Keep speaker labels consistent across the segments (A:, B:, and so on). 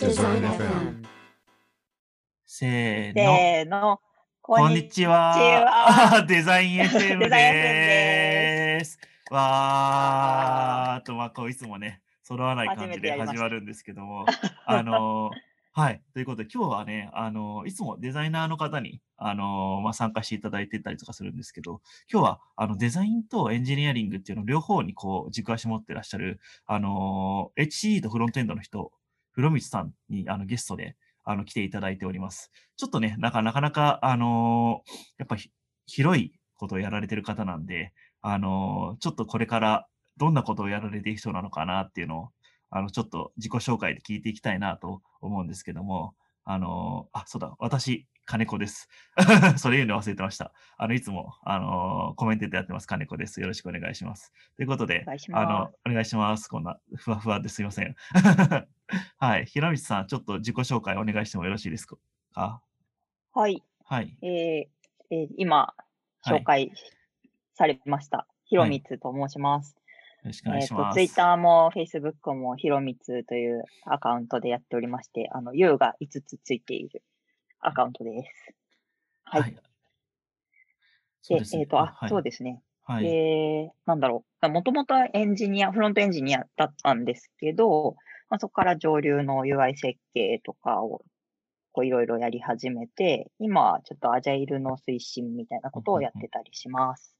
A: DAZN FM
B: せーの。
C: せーの。
B: こんにちは。 デザイン FM
C: デザイン FM
B: でーす。わーっと、まあ、こういつもね、揃わない感じで
C: 初めてやりました
B: 始まるんですけども、あの ー、はい。ということで、今日はね、あのー、いつもデザイナーの方に、あのー、まあ、参加していただいてたりとかするんですけど、今日は、あの、デザインとエンジニアリングっていうのを両方にこう、軸足持ってらっしゃる、あのー、HE とフロントエンドの人、風呂光さんに、あの、ゲストで、あの、来ていただいております。ちょっとね、なんか、なかなか、あのーやっぱひ広いことをやられてる方なんで、あのーちょっとこれからどんなことをやられている人なのかなっていうのを、あの、ちょっと自己紹介で聞いていきたいなと思うんですけども、あのーあ、そうだ、私、金子です。 それ言うの忘れてました。あの、いつも、あのーコメンテーターやってます、金子です。よろしくお願いします。ということで
C: お、願いし
B: あ
C: ま
B: の、お願いします。こんな、ふわふわですいません。 はい。ひらみつさん、ちょっと自己紹介お願いしてもよろしいですか
C: す。はい。
B: はい。
C: えーえー今、
B: はい
C: 紹介されました。ひろみつと申します。
B: よろしくお願い
C: えっ
B: しま
C: と、
B: す。
C: ツイッターも Facebook もひろみつというアカウントでやっておりまして、あの、U が5つついているアカウントです。はい。
B: はい。
C: で、
B: そうですね
C: えっ、と、あ、
B: はい
C: そうですね。
B: はい。
C: で、なんだろう。もともとエンジニア、フロントエンジニアだったんですけど、まあ、そこから上流の UI 設計とかをこういろいろやり始めて、今、ちょっとアジャイルの推進みたいなことをやってたりします。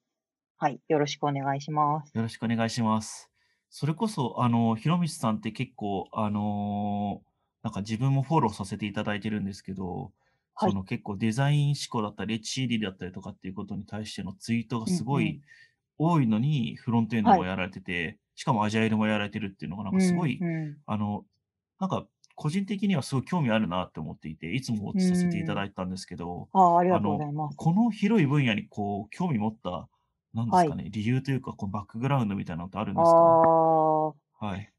C: はい。よろしくお願いします。
B: よろしくお願いします。それこそ、あの、ひろみつさんって結構、あのーなんか自分もフォローさせていただいてるんですけど、
C: はい
B: その結構デザイン思考だったり、HCD だったりとかっていうことに対してのツイートがすご
C: うんう
B: い
C: ん
B: 多いのに、フロントエンドも
C: はい
B: やられてて、しかもアジャイルもやられてるっていうのが、なんかすごい、
C: うんうん
B: あの、なんか個人的にはすごい興味あるなって思っていて、いつもウォッチさせていただいたんですけど、
C: あーありがとうございます。
B: この広い分野にこう興味持った、なんですかね、理由というか、このバックグラウンドみたいなのってあるん
C: あ
B: ですか
C: あー、
B: はい。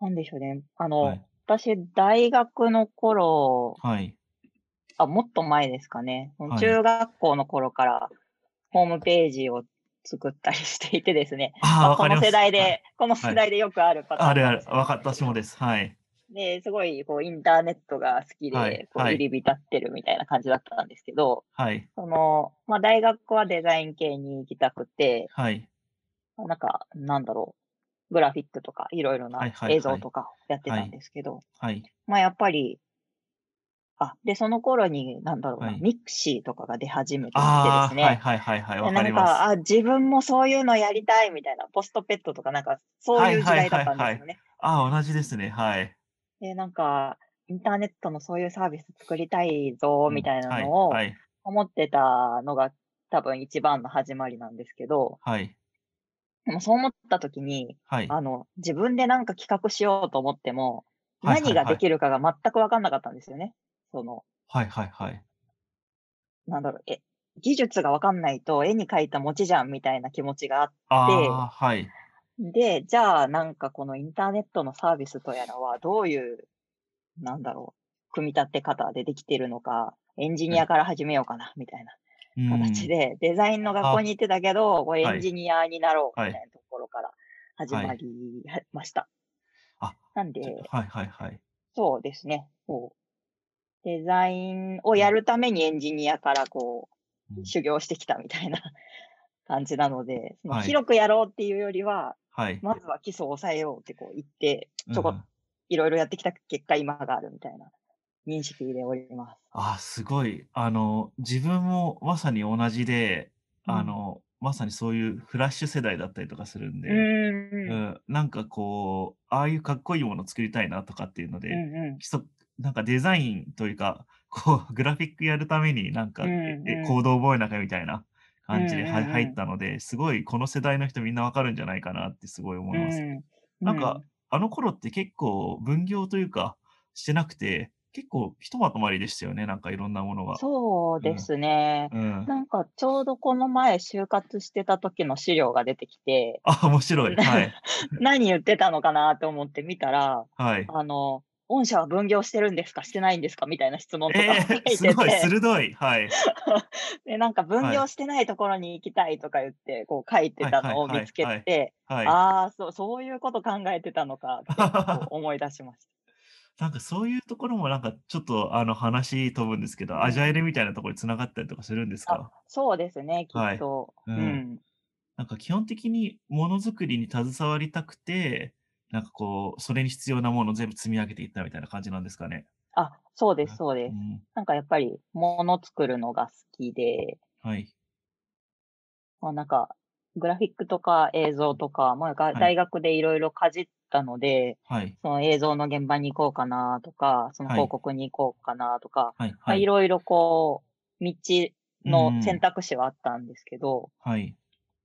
C: なんでしょうね。あの、
B: はい。
C: 私、大学の頃、
B: はい。
C: あ、もっと前ですかね。
B: はい
C: 中学校の頃からホームページを作ったりしていてですね。
B: あ
C: ま
B: あ、
C: あ
B: わか
C: こ
B: り
C: の
B: ます。
C: 世代で、
B: はい
C: この世代でよくあるパターン。
B: あるある、わかった、私もです。はい。
C: で、すごいこうインターネットが好きで、
B: はい
C: こう
B: はい
C: 入り浸ってるみたいな感じだったんですけど、
B: はい。
C: その、まあ大学はデザイン系に行きたくて、
B: はい。
C: なんか、なんだろう、グラフィックとかいろいろ
B: はい
C: な
B: はいはい
C: 映像とかやってたんですけど、
B: はい。
C: まあやっぱり、あ、で、その頃に、なんだろうな、
B: はい
C: ミクシーとかが出始めてきてで
B: あ
C: す
B: あ、
C: ね。
B: はいはいはいはい、わか
C: な
B: り
C: ん
B: ま
C: か、
B: す。
C: あ、自分もそういうのやりたいみたいな、ポストペットとかなんか、そういう時代だったんですよね。
B: はいはいはいああ、同じですね。はい。
C: で、なんか、インターネットのそういうサービス作りたいぞ、みたいなのを
B: はい。はい
C: 思ってたのが多分一番の始まりなんですけど、
B: はい。
C: でもそう思った時に、
B: はい。
C: あの、自分でなんか企画しようと思っても、
B: はいはい
C: 何ができるかが全くわかんなかったんですよね。その、
B: はいはいはい。
C: なんだろう、え、技術がわかんないと絵に描いた餅じゃんみたいな気持ちがあっ
B: ああ、はい。
C: で、じゃあ、なんかこのインターネットのサービスとやらは、どういう、なんだろう、組み立て方でできてるのか、エンジニアから始めようかな、みたいな
B: うん
C: 形で、デザインの学校に行ってたけど、こうエンジニアになろう、
B: はい
C: みたいなところから始まりました。
B: あ
C: なんで、
B: はいはいはい。
C: そうですね、こう、デザインをやるためにエンジニアからこ
B: う
C: う、
B: ん
C: 修行してきたみたいな 感じなので、その
B: はい
C: 広くやろうっていうよりは、
B: はい。
C: まずは基礎を抑えようってこう言って、ちょこ
B: うん
C: いろいろやってきた結果、今があるみたいな認識でおります。
B: あ、すごい。あの、自分もまさに同じで、あ
C: うん
B: の、まさにそういうフラッシュ世代だったりとかするん
C: う
B: で、
C: ーん。
B: う
C: うん
B: んなんかこう、ああいうかっこいいもの作りたいなとかっていうので、
C: う
B: 基礎、なんかデザインというか、こう、グラフィックやるためになんか、
C: うん
B: ええ
C: うん
B: コード覚えなきゃみたいな感じでは
C: うんうんうん
B: 入ったので、すごいこの世代の人みんなわかるんじゃないかなってすごい思
C: ん。
B: います。
C: う
B: なんか、あの頃って結構分業というかしてなくて、結構ひとまとまりでしたよね、なんかいろんなものが。
C: そうですね。
B: うん。
C: なんか、ちょうどこの前、就活してた時の資料が出てきて、
B: あ、面 白い。はい。
C: 何言ってたのかなと思って見たら、
B: はい。
C: あの、御社は分業してるんですかしてないんですかみたいな質問とか
B: え
C: 書い
B: ー、
C: て
B: す
C: て、
B: ごい、鋭い。はい。
C: でなんか分
B: は
C: 業
B: い
C: してないところに行きたいとか言って、こう書いてたのを見つけ
B: はいはいはい
C: て、
B: はい。
C: ああ、そう、そういうこと考えてたのかってこう思い出しまし
B: なんかそういうところもなんかちょっとあの話飛ぶんですけど、
C: う
B: アジャイ
C: ん。
B: ルみたいなところに繋がったりとかするんです
C: あ、
B: か？
C: そうですね、きっ
B: はい。
C: と。
B: う。
C: うんん。
B: なんか基本的にものづくりに携わりたくて、なんかこう、それに必要なものを全部積み上げていったみたいな感じなんですかね？
C: あ、そうです
B: あ、
C: そう
B: う
C: です。
B: ん。
C: なんかやっぱり物作るのが好きで
B: はい。
C: まあ、なんか、グラフィックとか映像とか、まあ、が
B: はい。
C: 大学でいろいろかじったので、
B: はい。
C: その映像の現場に行こうかなとか、その
B: は
C: 広
B: い。
C: 告に行こうかなとか、
B: はい
C: まあ、
B: はいい。
C: ろいろこう、道
B: う
C: の選
B: ん。
C: 択肢はあったんですけど、
B: はい。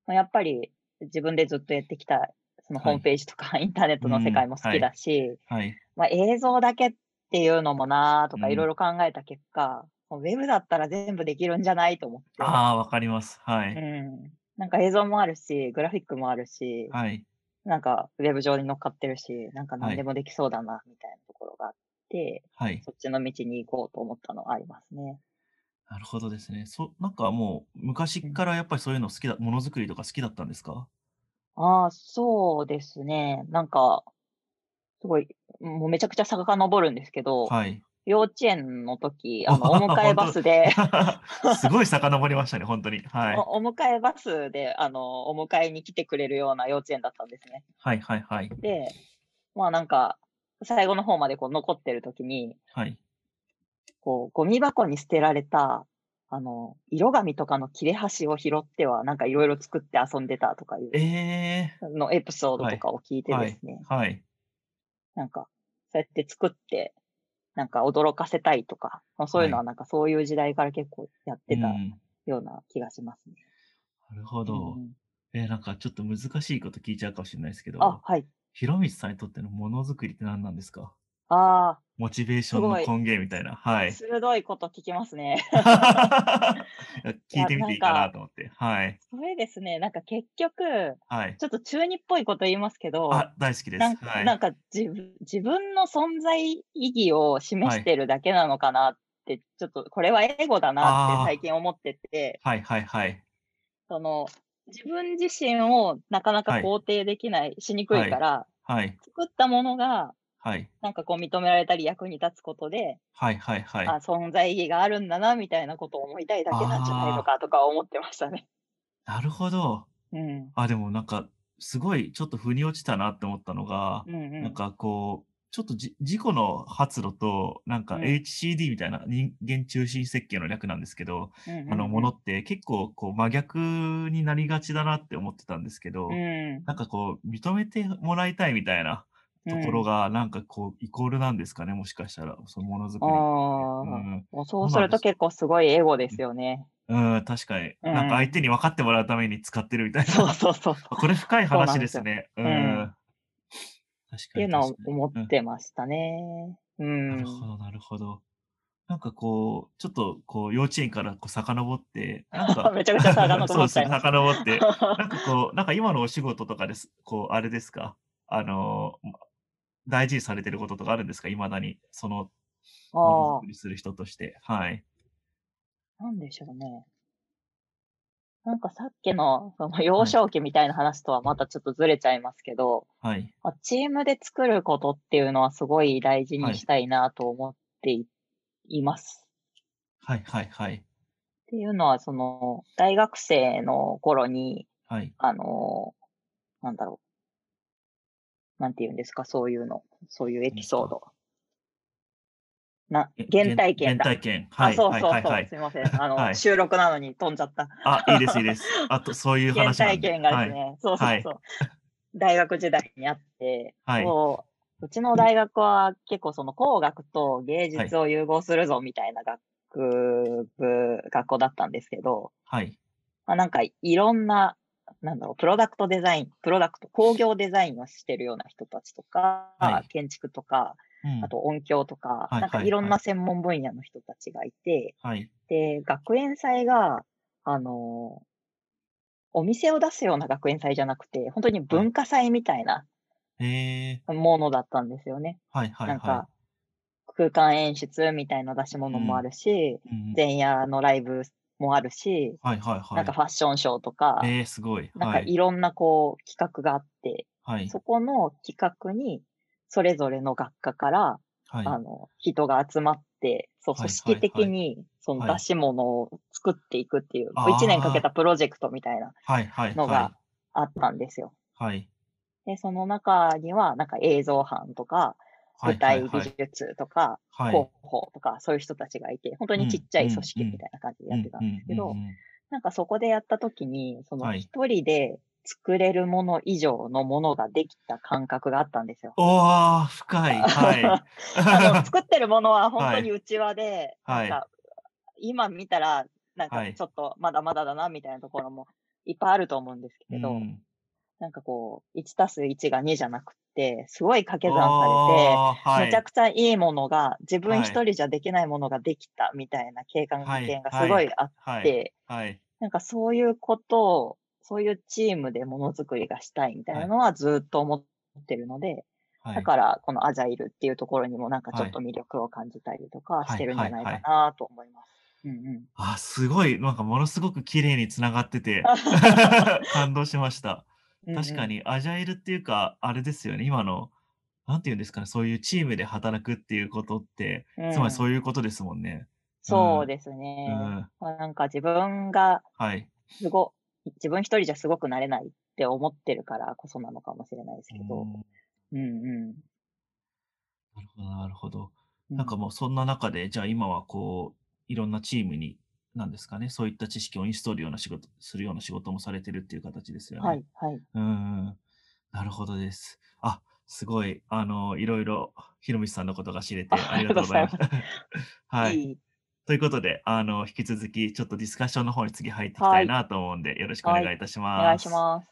C: まあ、やっぱり自分でずっとやってきた、そのホ
B: は
C: ーム
B: い。
C: ページとか インターネッ
B: う
C: トの世界
B: ん、
C: も好
B: は
C: き
B: い。
C: だし、
B: はい。
C: まあ、映像だけっていうのもなと
B: う
C: かいろい
B: ん。
C: ろ考えた結果、もうウェブだったら全部できるんじゃないと思って、
B: ああ、わかります。は
C: う
B: い。
C: ん。なんか映像もあるし、グラフィックもあるし、
B: はい。
C: なんかウェブ上に乗っかってるし、なんか
B: は
C: 何で
B: い。
C: もできそうだな、みたいなところがあって、
B: はい。
C: そっちの道に行こうと思ったのはありますね。
B: なるほどですね。そなんかもう昔
C: う
B: っ
C: ん。
B: からやっぱりそういうの好きだものづくりとか好きだったんですか？
C: ああ、そうですね。なんか、すごい、もうめちゃくちゃ遡るんですけど、
B: はい。
C: 幼稚園の時、あの、お迎え
B: 本
C: バ
B: 当、
C: スで
B: すごい遡りましたね、本当に。はい。
C: お、お迎えバスで、あの、お迎えに来てくれるような幼稚園だったんですね。
B: はいはいはい。
C: で、まあなんか、最後の方までこう残ってる時に、
B: はい。
C: こう、ゴミ箱に捨てられた、あの、色紙とかの切れ端を拾っては、なんかいろいろ作って遊んでたとかいう、
B: ええ。
C: のエピソード
B: は
C: と
B: い。
C: かを聞いて
B: は
C: で
B: い。
C: すね、
B: はい。
C: なんか、そうやって作って、なんか驚かせたいとか、まあ、そうい
B: は。
C: うのはいなんかそういう時代から結構やっ
B: う
C: てた
B: ん。
C: ような気がしますね。
B: なるほ
C: う
B: ど。
C: ん。
B: えー、なんかちょっと難しいこと聞いちゃうかもしれないですけ
C: あ、
B: ど、
C: はい。
B: ひろみつさんにとってのものづくりって何なんですか？
C: ああ、
B: モチベーシ
C: す
B: ョンの
C: ごい、
B: 根源みたいな。は い。
C: 鋭いこと聞きますね。
B: いや
C: い
B: 聞い
C: や、
B: てみ
C: な
B: て
C: ん
B: いいかな
C: か、
B: と思って。はい。
C: それですね、なんか結局、
B: はい。
C: ちょっと中二っぽいこと言いますけど、
B: あ、大好きで
C: な
B: す。
C: ん
B: は。
C: ないんか自分自分の存在意義を示
B: は
C: し
B: い。
C: てるだけなのかなって、ちょっとこれはエゴだなって最
B: あ
C: 近思ってて、
B: あ、はいはいはい。
C: その自分自身をなかなか
B: はい。
C: 肯定できない、しにく
B: はい
C: か
B: い。
C: ら、
B: はい。
C: 作ったものが
B: はい。
C: なんかこう認められたり役に立つことで、
B: はいはいは
C: あ
B: い。
C: 存在意義があるんだなみたいなことを思いたいだけなんじゃないの
B: あ
C: かとか思ってましたね。
B: あ、なるほど。
C: うん、
B: あ、でもなんか、すごいちょっと腑に落ちたなって思ったのが、
C: うん、う
B: なん
C: ん。
B: かこう、ちょっとじ自己の発露と、なん
C: う
B: か
C: ん
B: HCD みたいな人間中心設計の略なんですけど、
C: うん
B: あの
C: う
B: もの
C: ん
B: って結構こう真逆になりがちだなって思ってたんですけ
C: う
B: ど、
C: ん。うん。
B: なんかこう、認めてもらいたいみたいな
C: う
B: ところ
C: ん。
B: が、なんかこう、イコールなんですかね、もしかしたら、そのものづ
C: あ
B: くりって。う
C: あ、
B: ん、
C: もうそ
B: ど
C: う
B: う
C: す
B: なん
C: る
B: で
C: と
B: すか
C: 結構すごいエゴですよね。
B: うん、確かに。
C: う
B: なんか相
C: ん。
B: 手に分かってもらうために使ってるみたい
C: そう
B: な。
C: そうそう。
B: これ深い
C: そうな
B: 話
C: んで
B: ですす
C: よ。
B: ね。
C: う
B: う
C: ん。っ
B: ん。
C: て
B: 確か
C: いう
B: に確
C: のを
B: か
C: 思っ
B: に。うん。
C: てましたね。う
B: なるほ
C: ん。
B: ど、なるほど。なんかこう、ちょっとこう、幼稚園からこう遡って、 なんか
C: めちゃくちゃ差が
B: そ
C: 残
B: う
C: っ
B: で
C: ち
B: す
C: ゃい
B: ね、
C: ました。
B: 遡っ て、なんかこう、なんか今のお仕事とかです、こう、あれですかあのー、大事にされてることとかあるんですかいまだに、その、ものづ
C: あ
B: くりする人として。はい。
C: あ、なんでしょうね。なんかさっきのその幼
B: はい。
C: 少期みたいな話とはまたちょっとずれちゃいますけど、
B: はい。
C: まあチームで作ることっていうのはすごい大事
B: は
C: にし
B: い。
C: たいなと思っていいます。
B: はい。はい。はい。
C: っていうのは、その、大学生の頃に、
B: はい。
C: あの、なんだろう、なんて言うんですか、そういうの、そういうエ
B: なん
C: ピ
B: です
C: ソー
B: か
C: ド。な、
B: げ
C: 原
B: 原
C: 体験
B: 原
C: だ。
B: 体験。は
C: あ、
B: い、
C: そう
B: はい、
C: そう
B: はい、
C: そ
B: は
C: う、
B: い。
C: すみません。あの、
B: はい。
C: 収録なのに飛んじゃった。
B: あ、いいです、いいです。あと、そういう
C: 原
B: 話な
C: 体
B: んで。
C: 験がで
B: は
C: す
B: い。
C: ね、そうそう
B: は
C: そ
B: い。
C: う、大学時代にあって、
B: はい。
C: こう、うちの大学は結構その工学と芸
B: は
C: 術
B: い。
C: を融合するぞみたいな学部、学校だったんですけど、
B: はい。
C: まあ、なんかいろんな、なんだろう、プロダクトデザイン、プロダクト、工業デザインをしてるような人たちと
B: は
C: か、
B: い。
C: 建築とか、
B: う
C: あ
B: ん。
C: と音響とか、
B: はい、
C: なんか
B: はいい、
C: ろん
B: は。
C: ない専門分野の人たちがいて、
B: はい。
C: で、学園祭が、あの、お店を出すような学園祭じゃなくて、本当に
B: は
C: 文
B: い。
C: 化祭みたいな
B: へえ。
C: ものだったんですよね。
B: はい、はい、
C: なん
B: はい。
C: か、空間演出みたいな出し
B: う
C: 物もあ
B: ん。
C: るし、
B: うん。
C: 前夜のライブもあるし、
B: はい、は
C: な
B: い、
C: ん
B: は
C: か
B: い。
C: ファッションショーとか、
B: ええ、すごい。
C: なんか
B: はい。
C: いろんなこう企画があって、
B: はい。
C: そこの企画にそれぞれの学科から
B: はい。
C: あの、人が集まって、そう、
B: は
C: 組
B: い
C: 織
B: はい
C: 的
B: は
C: に、その
B: はい
C: 出し物を作っていくっていう、
B: あー
C: 1年かけたプロジェクトみたいな、
B: はい。はい。
C: の
B: は
C: があったんですよ。
B: い。はい。
C: で、その中には、なんか映像班とか、舞
B: はい。はい。
C: 台
B: は
C: 美
B: い。
C: 術とか、
B: はい。
C: 広報とか、そういう人たちがいて、本当にちっちゃい組織みたいな感じでやってたんですけ
B: う
C: ど
B: んうん、うんうん
C: なんかそこでやった時に、その
B: はい
C: 一人で作れるもの以上のものができた感覚があったんですよ。
B: おー、深 い。はい。
C: あの作ってるものは本
B: は
C: 当
B: い
C: に内輪で、
B: はい
C: なんか今見たら、なん
B: は
C: か
B: い
C: ちょっとまだまだだなみたいなところもいっぱいあると思うんですけど、
B: うん
C: なんかこう、1たす1が2じゃなくて、すごい掛け算されて、
B: おーはい。
C: めちゃくちゃいいものが、自分
B: はい
C: 一人じゃできないものができたみたいな経過の
B: はい
C: 経験が
B: は
C: す
B: い
C: ごいあっ
B: はい。
C: て、
B: はい。
C: なんかそういうことを、そういうチームでものづくりがしたいみたいなのはずっと思ってるので、
B: はい。
C: だからこのアジャイルっていうところにもなんかちょ
B: はい
C: っと魅力を感じたりとか
B: い
C: してるんじゃない
B: はいは
C: か
B: い
C: なと思います。うんうん。
B: あ、すごい、なんかものすごく綺麗につながってて、 感動しました。
C: うんうん
B: 確か。に、アジャイルっていうか、あれですよね、今の、なんていうんですかね、そういうチームで働くっていうことって、つまりそううんいうことですもんね。
C: そうですね。
B: うん。
C: まあなんか自分が
B: はい。
C: すご、自分一人じゃすごくなれないって思ってるからこそなのかもしれないですけど。うん
B: うん
C: うん。
B: なるほど、なるほど。
C: う
B: なんかもうそんな中で、じゃあ今はこう、いろんなチームに、なんですかね、そういった知識をインストールような仕事、するような仕事もされてるっていう形ですよね。
C: はい、はい。
B: うん、なるほどです。あ、すごい、あの、いろいろ、ひろみさんのことが知れて
C: あ
B: ありがとうございまし
C: あ
B: た。 はいい。
C: い。
B: ということで、あの、引き続き、ちょっとディスカッションの方に次入っていきた
C: はいい
B: なと思うんで、よろしくお
C: はい
B: 願いいたし
C: お
B: ます。
C: 願いします。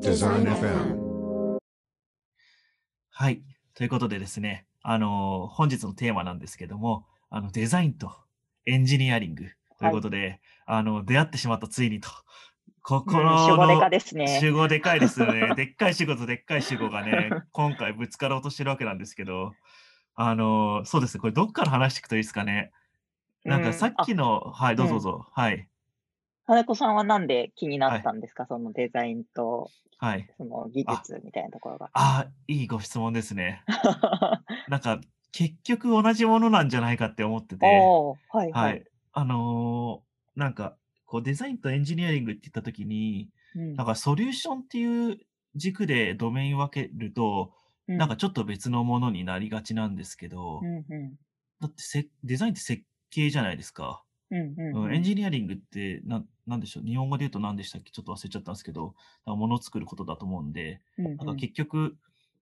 A: Design FM.
B: はい。ということでですね、あの本日のテーマなんですけども、あの、デザインとエンジニアリングということで、あの、出会ってしまったついにと、ここ
C: うん
B: の、
C: 守護デカですね。
B: 集合でかいです よね。でっかい仕事、でっかい集合がね、今回ぶつかろうとしてるわけなんですけど、あのーそうですね、これどっから話していくといいですかね。なん
C: う
B: か
C: ん
B: さっきの、はい、どうぞどうぞ、はい、
C: 金子さんはなんで気になったんですか、そのデザインと
B: はい。
C: その技術みたいなところが。
B: ああ、いいご質問です ね。なんか、結局同じものなんじゃないかって思ってて、
C: おーはいは。
B: はいい。あのーなんか、こうデザインとエンジニアリングって言ったときに、
C: うん
B: なんかソリューションっていう軸でドメイン分けると、
C: う
B: なんかちょっと別のものになりがちなんですけど、
C: うんう
B: だってせデザインって設計じゃないですか。
C: んうんう
B: うん
C: んうん
B: エンジニアリングってななんでしょう日本語で言うと何でしたっけちょっと忘れちゃったんですけど、なんか物を作ることだと思うんで、
C: うん
B: なん
C: う
B: か
C: ん
B: 結局、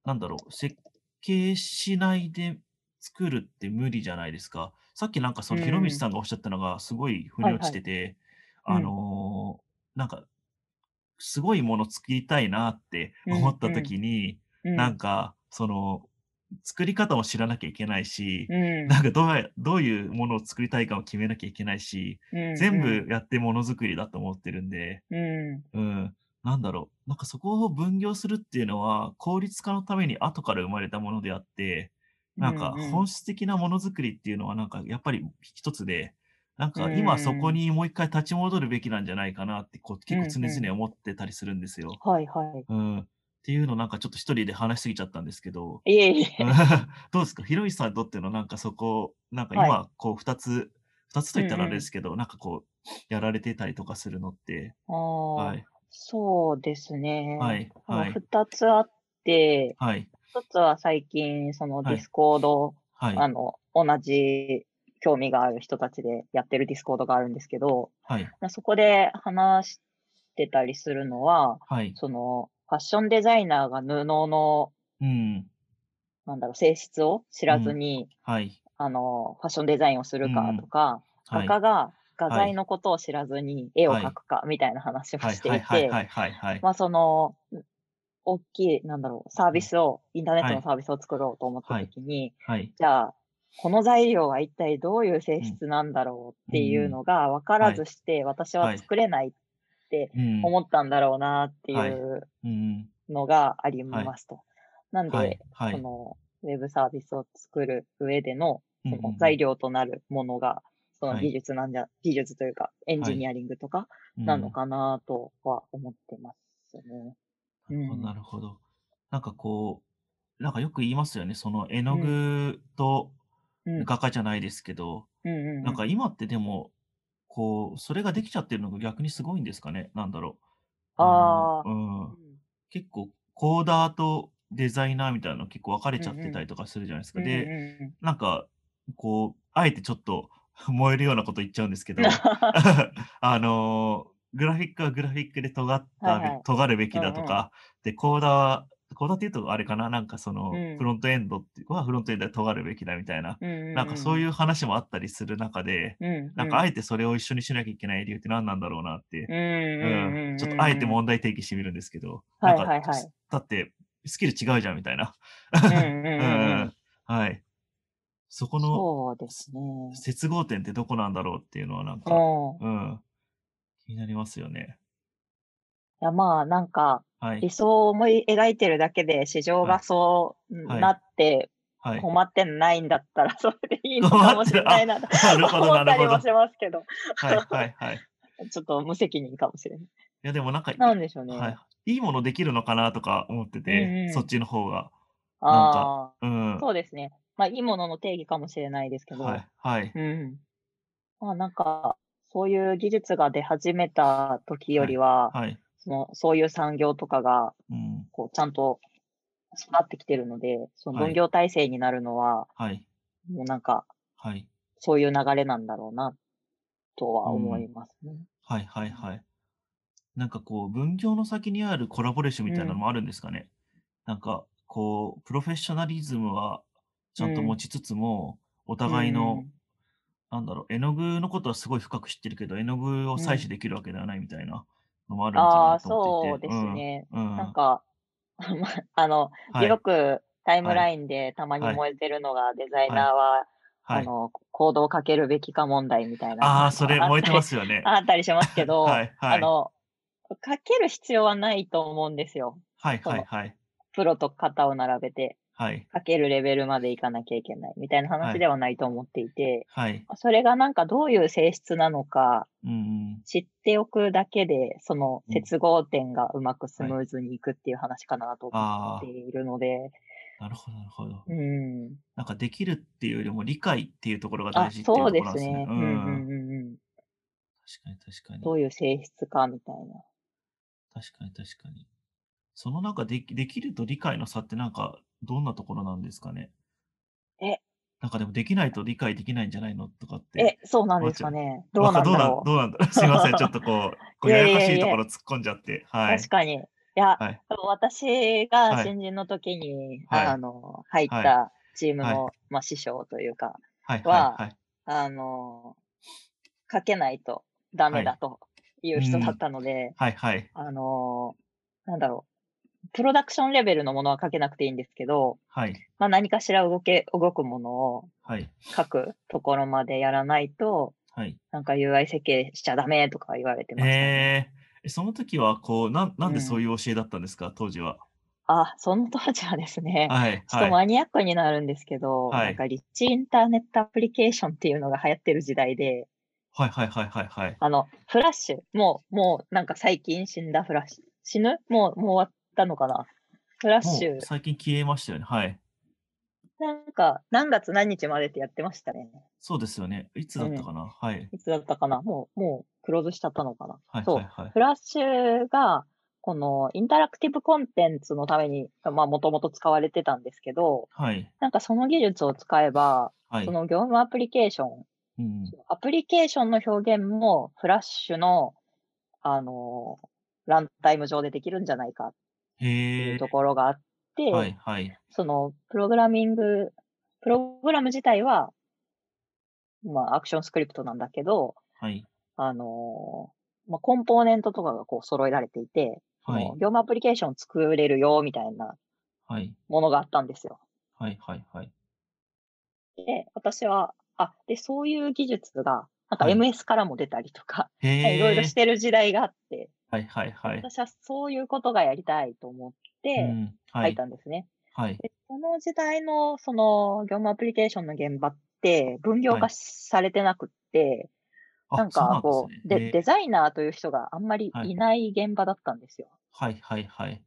B: なんだろう、設計しないで作るって無理じゃないですか。さっきなんかその
C: うん
B: ひろみちさんがおっしゃったのがすごい腑に落ちてて、
C: はいはい
B: あのーなんか、すごいもの作りたいなって
C: うん
B: 思った時に、
C: うん
B: なんか、その、作り方も知らなきゃいけないし、
C: うん
B: なんかどうやどういうものを作りたいかを決めなきゃいけないし、
C: うん
B: 全部やってものづくりだと思ってるんで、
C: うん
B: うん、なんだろう、なんかそこを分業するっていうのは効率化のために後から生まれたものであって、なんか
C: うんうん
B: 本質的なものづくりっていうのはなんかやっぱり一つで、なんか今そこにもう一回立ち戻るべきなんじゃないかなってこう結構常
C: うんう
B: 々思ってたりするんですよ。
C: はいは
B: うん、っていうのなんかちょっと一人で話しすぎちゃったんですけど、
C: い。いえいえ。
B: どうですか、ひろゆきさんにとってのなんかそこ、なんか
C: はい
B: 今、こう、二つ、二つと言ったらあれ
C: うんうん
B: ですけど、なんかこう、やられてたりとかするのって、
C: あー
B: はい、
C: そうですね。
B: はい、
C: あの
B: はい、
C: 二つあって、
B: はい、
C: 一つは最近、その
B: はい
C: ディスコード、
B: はい、
C: あの、同じ興味がある人たちでやってるディスコードがあるんですけど、
B: はい、
C: まあそこで話してたりするのは、
B: はい、
C: その、ファッションデザイナーが布の、
B: うん、
C: なんだろう、性質を知らずに、
B: はい、
C: あの、ファッションデザインをするかとか、
B: はい、
C: 画家が画
B: はい
C: 材のことを知らずに絵を描くかみたいな話を
B: はい、
C: して
B: はい、
C: い
B: はい、
C: て、
B: はい、はい、はい、
C: まあその、大きい、なんだろう、サービスを、インターネット
B: は
C: の
B: い
C: サービスを作ろうと思った
B: はい
C: ときに、
B: はい、
C: じゃあ、この材料は一体どういう性質なんだろうっていうのが分からずして、私
B: は
C: はい作れないって
B: うん、
C: 思ったんだろうなってい
B: はいううん、
C: のがありますと。なん
B: は
C: で
B: い、、は
C: そ
B: い、
C: のウェブサービスを作る上での
B: うん
C: そ
B: うんう
C: の
B: ん
C: 材料となるものが、その
B: はい
C: 技術なんじゃ、技術というかエンジニアリングとかなのかなとは思ってますね。
B: なるほど、
C: うん
B: なるほど。なんかこう、なんかよく言いますよね。その絵の
C: うん。
B: 具と
C: うん。
B: 画家じゃないですけど、
C: うんうん
B: なん
C: うん。
B: か今ってでも、こう、それができちゃってるのが逆にすごいんですかね。なんだろう。あの、
C: ああ。
B: うん。
C: うん。
B: 結構、コーダーとデザイナーみたいなの結構分かれ
C: う
B: ちゃっ
C: ん
B: てた
C: う
B: りとかするじゃないです
C: ん。
B: か。
C: うん
B: で、
C: うんうん。
B: なんか、こう、あえてちょっと燃えるようなこと言っちゃうんです けど、
C: は
B: あのグラフィックはグラフィックで尖っ
C: い
B: たべ、
C: はい。
B: 尖るべ
C: う
B: きだと
C: んうん。
B: か、で、コーダーは、コーダーっていうとあれかな、なんかそうの、フ
C: ん。
B: ロントエンドっていうのはフロントエンドで尖るべきだみたいな、
C: うん
B: なんかそう
C: う
B: い
C: ん
B: う話もあったりする中で、
C: うん。う
B: なん
C: ん
B: か
C: う
B: あ
C: ん。
B: えてそれを一緒にしなきゃいけない理由って何なんだろうなって、
C: うんうん
B: うん、
C: うん
B: ちょっとあえ
C: う
B: て
C: んうん。
B: 問題提起してみるんですけど、なん
C: はい
B: か、
C: はいはい。
B: だってスキル違うじゃんみたいな。
C: うんう
B: う
C: うんう
B: ん、
C: んん。
B: はい。そこの
C: そうです
B: す
C: ね。
B: 接合点ってどこなんだろうっていうのはなんか、
C: うん。
B: うん、気になりますよね。
C: いや、まあ、なんか、
B: はい。
C: 理想を思い描いてるだけで、市場
B: は
C: が
B: い。
C: そう
B: は。
C: ないって、
B: はい。
C: 困ってないんだったら、それでいいのか
B: 困っ
C: も
B: て
C: しれ
B: る。
C: ない
B: あ、
C: なと
B: なるほど、
C: 思っ
B: なる
C: たりも
B: ほど。
C: しますけど、
B: はい、はい、はい。
C: ちょっと無責任かもしれない。
B: いや、でもなんか、
C: ないんでしょう
B: は
C: ね。
B: い、いいものできるのかなとか思って
C: うん
B: て、そっ
C: う
B: ちの方が、
C: ん。
B: なんか、
C: ああ、
B: うん、
C: そうですね。まあ、いいものの定義かもしれないですけ
B: は
C: ど、
B: い、はい、
C: うん。まあ、なんか、そういう技術が出始めた時よ
B: は
C: り
B: い、
C: は、
B: はい、
C: その、そういう産業とかが、
B: うん、
C: こう、ちゃんと育ってきてるので、その
B: は
C: 分
B: い、
C: 業体制になるのは、
B: はい、
C: もうなんか、
B: はい、
C: そういう流れなんだろうな、と
B: う
C: は思い
B: ん、
C: ますね。
B: はい、はい、はい。なんかこう、分業の先にあるコラボレーション
C: う
B: みたいなの
C: ん。
B: もあるんですかね。なんか、こう、プロフェッショナリズムはち
C: う
B: ゃんと持
C: ん。
B: ちつつも、お
C: う
B: 互いの、
C: ん。
B: なんだろう、絵の具のことはすごい深く知ってるけど、絵の具を
C: う
B: 採
C: ん。
B: 取できるわけではないみたいなのもあるのか
C: あ
B: な
C: あ、
B: と思ってい
C: そうです
B: て、うん、う
C: ね。なん
B: ん、
C: か、 まあの、
B: は
C: よ
B: い、
C: くタイム
B: は
C: ラ
B: い、
C: インでたまに
B: はい、
C: 燃えてるのがデザイ
B: は
C: ナー
B: い、
C: は、
B: は
C: あ
B: い。
C: の、行動をかけるべきか問題みたいな
B: あ
C: の
B: あ、それ
C: があっ
B: 燃えて
C: た
B: ま
C: り、
B: すよね。
C: あったりしますけど、
B: はい、
C: あ
B: はい。
C: の、かける必要はないと思うんですよ。
B: はい
C: そ
B: はい
C: の、
B: はい。
C: プロと肩を並べて、
B: はい。
C: かけるレベルまでいかなきゃいけないみたいな
B: は
C: 話で
B: い。
C: はないと思っていて、
B: はい。
C: それがなんかどういう性質なのか
B: うん。
C: 知っておくだけで、その
B: うん。
C: 接合点がうまくス
B: はい。
C: ムーズにいくっていう話かなと思って
B: あ
C: いるので、
B: あ、なるほど、なるほど。
C: うん。
B: なんかできるっていうよりも理解っていうところが大
C: あ、
B: 事っていう
C: そう
B: とこ
C: で
B: ろなん
C: す
B: ですね。
C: ね。
B: う
C: うんうん
B: ん。
C: うんうん。
B: 確かに確かに。
C: どういう性質かみたいな。
B: 確かに確かに。その中でき、できると理解の差ってなんかどんなところなんですかね。
C: え、
B: なんかでもできないと理解できないんじゃないのとかって
C: え、そうなん
B: 思
C: で
B: っ
C: す
B: ち
C: か
B: ゃう。
C: ね。ど
B: わ
C: う
B: か、
C: なん
B: どう
C: だ
B: なん、
C: ろ
B: どう なんだろう。
C: う。
B: す いません。ちょっとこう、こう
C: い
B: や
C: や
B: や
C: い
B: こ
C: や
B: しい
C: い
B: とこ
C: や。
B: ろ突っ込んじゃって。は
C: 確
B: い。
C: かに。いや、
B: はい。
C: 私が
B: はい。
C: 新人の時に、
B: は
C: あ
B: い。
C: の、入っ
B: はい。
C: たチーム
B: はい。
C: の、まあ、師匠というか、
B: はいはい
C: は、
B: はい。
C: あの、かけないとダ
B: は
C: メだ
B: い。
C: という
B: う
C: 人だっ
B: ん。
C: たので、
B: はいはい。
C: あの、なんだろう、プロダクションレベルのものは書けなくていいんですけど、
B: はい。
C: まあ、何かしら動け、動くものを
B: はい。
C: 書くところまでやらないと、
B: はい。
C: なんか UI 設計しちゃダメとか言われてましたね。
B: えー、えその時は、こう、なん、な
C: うん。
B: でそうんいう教えだったんですか、当時は。
C: あ、その当時はですね、
B: はい、
C: ちょっと
B: はい、
C: マニアックになるんですけど、
B: は
C: なん
B: い、
C: かリッチインターネットアプリケーションっていうのが流行ってる時代で、
B: はい、はい、はい、はい、はい。
C: あの、フラッシュ、もう、もうなんか最近死んだフラッシュ、死ぬもう、もう終わったのかなフラッシ
B: も
C: ュ、
B: う最近消えましたよね。はい。
C: なんか何月何日までってやってましたね。
B: そうですよね。いつ
C: う
B: だった
C: ん。
B: かな。はい。
C: いつだったかなもう、もうクローズしちゃったのかな
B: はい、はい、
C: そう。
B: はい。
C: フラッシュが、このインタラクティブコンテンツのために、まあもともと使われてたんですけど、
B: はい、
C: なんかその技術を使えば、
B: は
C: そ
B: い。
C: の業務アプリケーション、
B: うん。
C: アプリケーションの表現もフラッシュの、あのランタイム上でできるんじゃないかってい
B: へ
C: う
B: え。
C: ところがあっ
B: は
C: て、
B: い、はい。
C: そのプログラミング、プログラム自体は、まあアクションスクリプトなんだけど、
B: はい、
C: あのまあ、コンポーネントとかがこう揃えられていて、そ
B: は
C: の
B: い、
C: 業務アプリケーションを作れるよみたいな
B: はい、
C: ものがあったんですよ。
B: はい、はい、はい。
C: で、私は、あ、で、そういう技術が、なんか
B: はい
C: MS からも出たりとか、いろいろ
B: へ
C: し
B: え。
C: てる時代があって、
B: はい、はい、はい。
C: 私はそういうことがやりたいと思っ
B: う
C: て
B: ん。は
C: 書い
B: い、
C: たんですね。
B: はい、
C: で、その時代のその業務アプリケーションの現場って分業
B: は
C: 化
B: い。
C: されてなくって、な
B: あ、
C: ん
B: そう
C: か
B: なんです
C: こ
B: ね。
C: う、
B: へ
C: で、デ
B: え。
C: ザイナーという人があんまり
B: はい、
C: いない現場だったんですよ。
B: はい、はい、はい。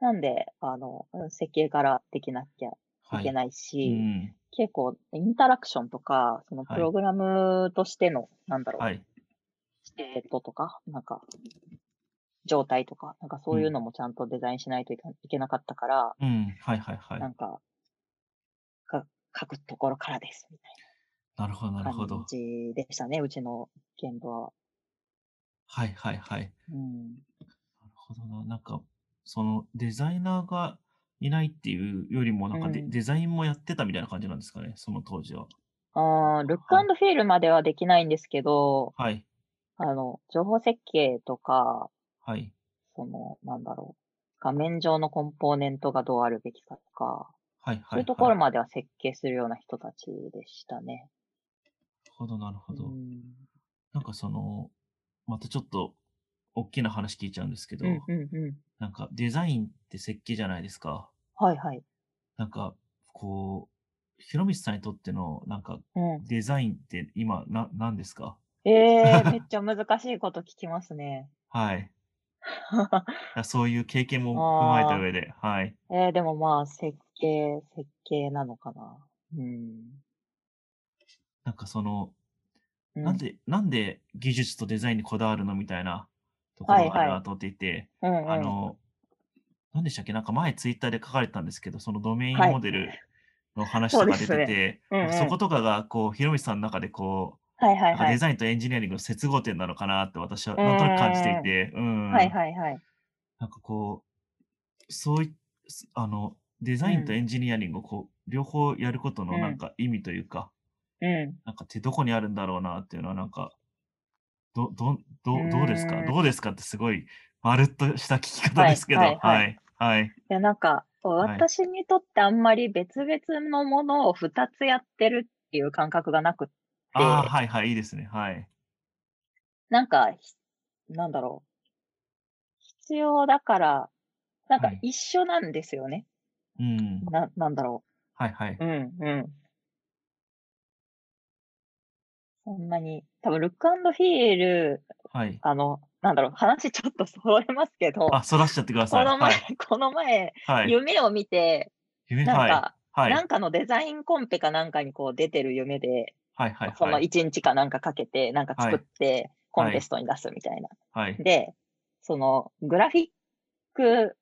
C: なんで、あの、うん設計からできなきゃ
B: はいい。
C: けないし、
B: うん。
C: 結構インタラクションとか、その
B: はい
C: プログラムとしての、なんだろう、
B: はい。
C: ステートとか、なんか、状態とか、なんかそういうのもちゃんとデザインしないといかいけなかったから、
B: うん。はいはいは。
C: ないんか、か書くところからです、みたい
B: なるほど、なる
C: な
B: ほど
C: 感。じでしたね、うちの現場は。
B: はいはいはい。
C: うん。
B: なるほどな。なんか、そのデザイナーがいないっていうよりも、なんかデ,、
C: うん
B: デザインもやってたみたいな感じなんですかね、その当時は。
C: あールッ
B: はい
C: クフィールまではできないんですけど、
B: はい。
C: あの、情報設計とか、
B: はい。
C: その、なんだろう、画面上のコンポーネントがどうあるべきかとか、
B: は
C: そう
B: いはい、
C: い
B: は
C: う
B: い。
C: ところまでは設計するような人たちでしたね。
B: なるほど、なるほど。
C: うん
B: なんかその、またちょっと大きな話聞いちゃうんですけど、
C: うんうんうん。
B: なんかデザインって設計じゃないですか。
C: はいはい。
B: なんか、こう、ひろみつさんにとっての、なんか、
C: うん。
B: デザインって今、な、何ですか
C: え ー、めっちゃ難しいこと聞きますね。
B: はい。あそういう経験も踏まえた上で、はい。
C: えー、でもまあ、設計、設計なのかな。うん。
B: なんかその、
C: う
B: なんで、なんで技術とデザインにこだわるのみたいなところがあるなと思っていて、
C: うんうん、
B: あの、何でしたっけなんか前ツイッターで書かれてたんですけど、そのドメイン
C: はい
B: モデルの話とか出てて、
C: そうですうんうん
B: なんかそことかが、こう、ひろみさんの中でこう、
C: はいはい
B: なんか
C: は
B: デ
C: い。
B: ザインとエンジニアリングの接合点なのかなって私はなんとなく感じていて、うん。
C: はいはいはい。
B: なんかこう、そういすあの、デザインと
C: うん
B: エンジニアリングをこう、両方やること
C: う
B: の
C: ん
B: なんか意味というか、
C: うん。
B: なんか手どこにあるんだろうなっていうのはなんか、ど、どん、どう、どうです
C: う
B: か
C: ん
B: どうですかってすごい、まるっとした聞き方ですけど、
C: は
B: はいい
C: はいは、
B: はい、
C: いや、なんか、
B: い
C: 私にとってあんまり別々のものを二つやってるっていう感覚がなくって、
B: ああ、はい、はい、いいですね、はい。
C: なんか、ひなんだろう。必要だから、なんか
B: はい
C: 一緒なんですよね。
B: うん、
C: な、なんだろ
B: はい、はい。
C: う。うん、うん。そんなに、多分、ルックフィール、
B: はい。
C: あの、なんだろう、話ちょっとそれますけど、
B: あ、そらしちゃってくださ
C: こ
B: い。
C: の
B: は
C: 前、
B: い、
C: この前、
B: はい。
C: 夢を見て、
B: 夢、
C: なん
B: はい、
C: か、
B: はい、
C: なんかのデザインコンペかなんかにこう出てる夢で、
B: はい、はい、
C: その
B: はい、
C: 1日かなんかかけて、なんか作って、コンテストに出すみたいな。
B: はい、
C: で、そのグラフィック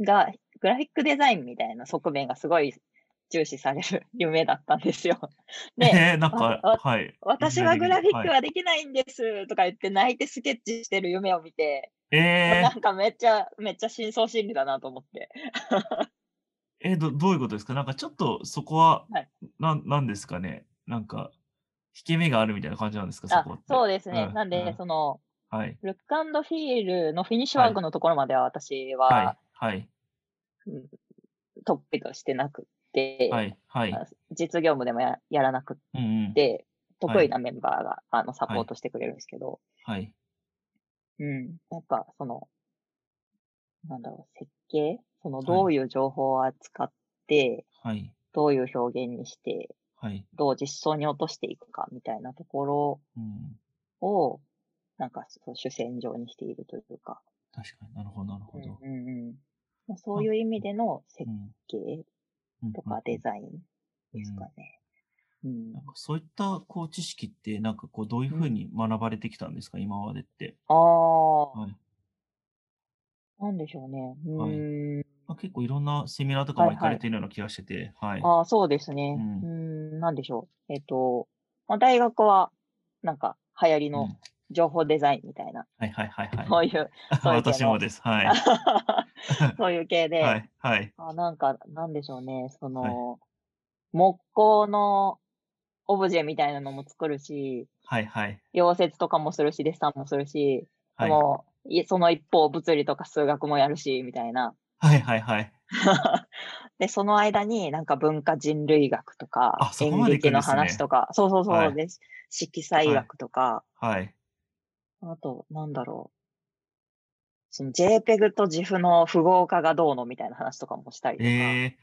C: が、グラフィックデザインみたいな側面がすごい重視される 夢だったんです よ。で、
B: えー、なんか
C: わ、
B: はい。
C: 私はグラフィック
B: は
C: はできないんですとか言って泣いてスケッチしてる夢を見て、
B: い、え
C: なんかめっちゃ、めっちゃ深層心理だなと思って。
B: ー、えーど、どういうことですかなんかちょっとそこは、
C: はい
B: なん、なんですかねなんか、引け目があるみたいな感じなんですかそ
C: あ
B: こって。
C: そうですね。
B: うん
C: なん
B: う
C: で
B: ん、
C: その、
B: はい、
C: ルックフィールのフィニッシュワークのところまでは私は、
B: はい、はい、
C: トップとしてなくって、
B: はい、はい。
C: あ実業務でもややらなくっ
B: うんうん。
C: て、
B: はい
C: 得意なメンバーが、あのサポートしてくれるんですけど、
B: はい。
C: うん。やっぱ、その、なんだろう、設計その、
B: はい
C: どういう情報を扱って、
B: はい。
C: どういう表現にして、
B: はい。
C: どう実装に落としていくかみたいなところ
B: うん。
C: を、なんか、そう主戦場にしているというか、
B: 確かになるほど、なるほ
C: うん
B: ど。
C: うんうんまあ、そういう意味での設
B: うん。
C: 計
B: うん
C: と
B: う
C: か
B: ん
C: デザインですかね。うん
B: なんかそういったこう知識って、なんかこう、どういうふうに学ばれてきたんですか、今までって。
C: ああ、
B: はい。
C: なんでしょうね。う
B: はい
C: ーん。
B: まあ、結構いろんなセミナーとかも
C: はい
B: 行かれているような気がしてて、はい。
C: ああ、そうですね。う
B: う
C: ーん、なんでしょう。えっと、まあ、大学は、なんか、流行り
B: うん
C: の情報デザインみたいな、
B: はいはいはい
C: そ
B: は
C: う
B: い。
C: いう、そういう系の
B: 私もです。はい。
C: そういう系で、
B: はい はい。
C: あなんか、なんでしょうね。その、木工のオブジェみたいなのも作るし、
B: はいはい。
C: 溶接とかもするし、デッサンもするし、
B: はい。
C: もう、いその一方、物理とか数学もやるし、みたいな。
B: はいはいはい。
C: で、その間になんか文化人類学とか
B: あ、そこ
C: 演
B: まで行く
C: 劇
B: ん
C: の
B: ですね
C: 話とか、そうそうそ
B: は
C: う
B: い
C: です。色彩
B: はい
C: 学とか、
B: はい。
C: あと、なんだろう。その JPEG と GIF の符号化がどうのみたいな話とかもしたりとか、
B: えー、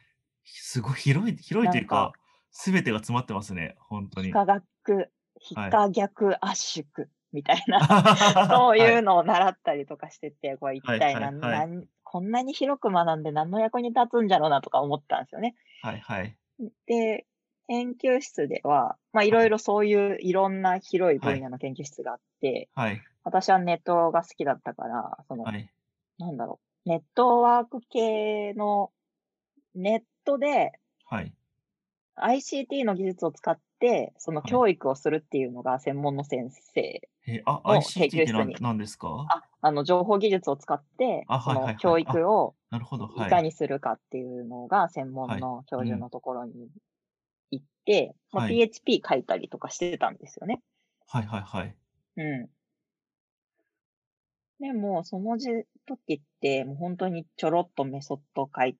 B: すごい広い、広いという
C: なん
B: か、すべてが詰まってますね、本当
C: 非
B: に。
C: 科学、非
B: はい
C: 科学圧縮みたいな、そう
B: そ
C: いうのを習ったりとかしてて、これ一
B: はい
C: 体
B: は
C: 何、
B: いはい
C: 何こんなに広く学んで何の役に立つんじゃろうなとか思ったんですよね。
B: はいはい。
C: で、研究室では、まあ、いろいろそういういろんな広い分野の研究室があって、
B: はい。
C: 私はネットが好きだったから、その、
B: はい。
C: なんだろう、ネットワーク系の、ネットで
B: はい。
C: ICT の技術を使って、その
B: はい。
C: 教育をするっていうのが専門の先生
B: え、あ、
C: の研
B: ICT っ
C: 究
B: て
C: 室
B: 何
C: に、
B: 何ですか
C: あ、あの、情報技術を使って、
B: あ、
C: そ
B: はいは
C: の
B: いは
C: 教
B: い。あ、
C: 育を
B: なるほど。
C: い
B: は
C: か
B: い。
C: にするかっていうのが専門
B: はい。
C: の教
B: う
C: 授
B: ん。
C: のところに行って、まあ、
B: はい。
C: PHP 書いたりとかしてたんですよね。
B: はいはいはい。
C: うん。でも、その時時って、もう本当にちょろっとメソッド書い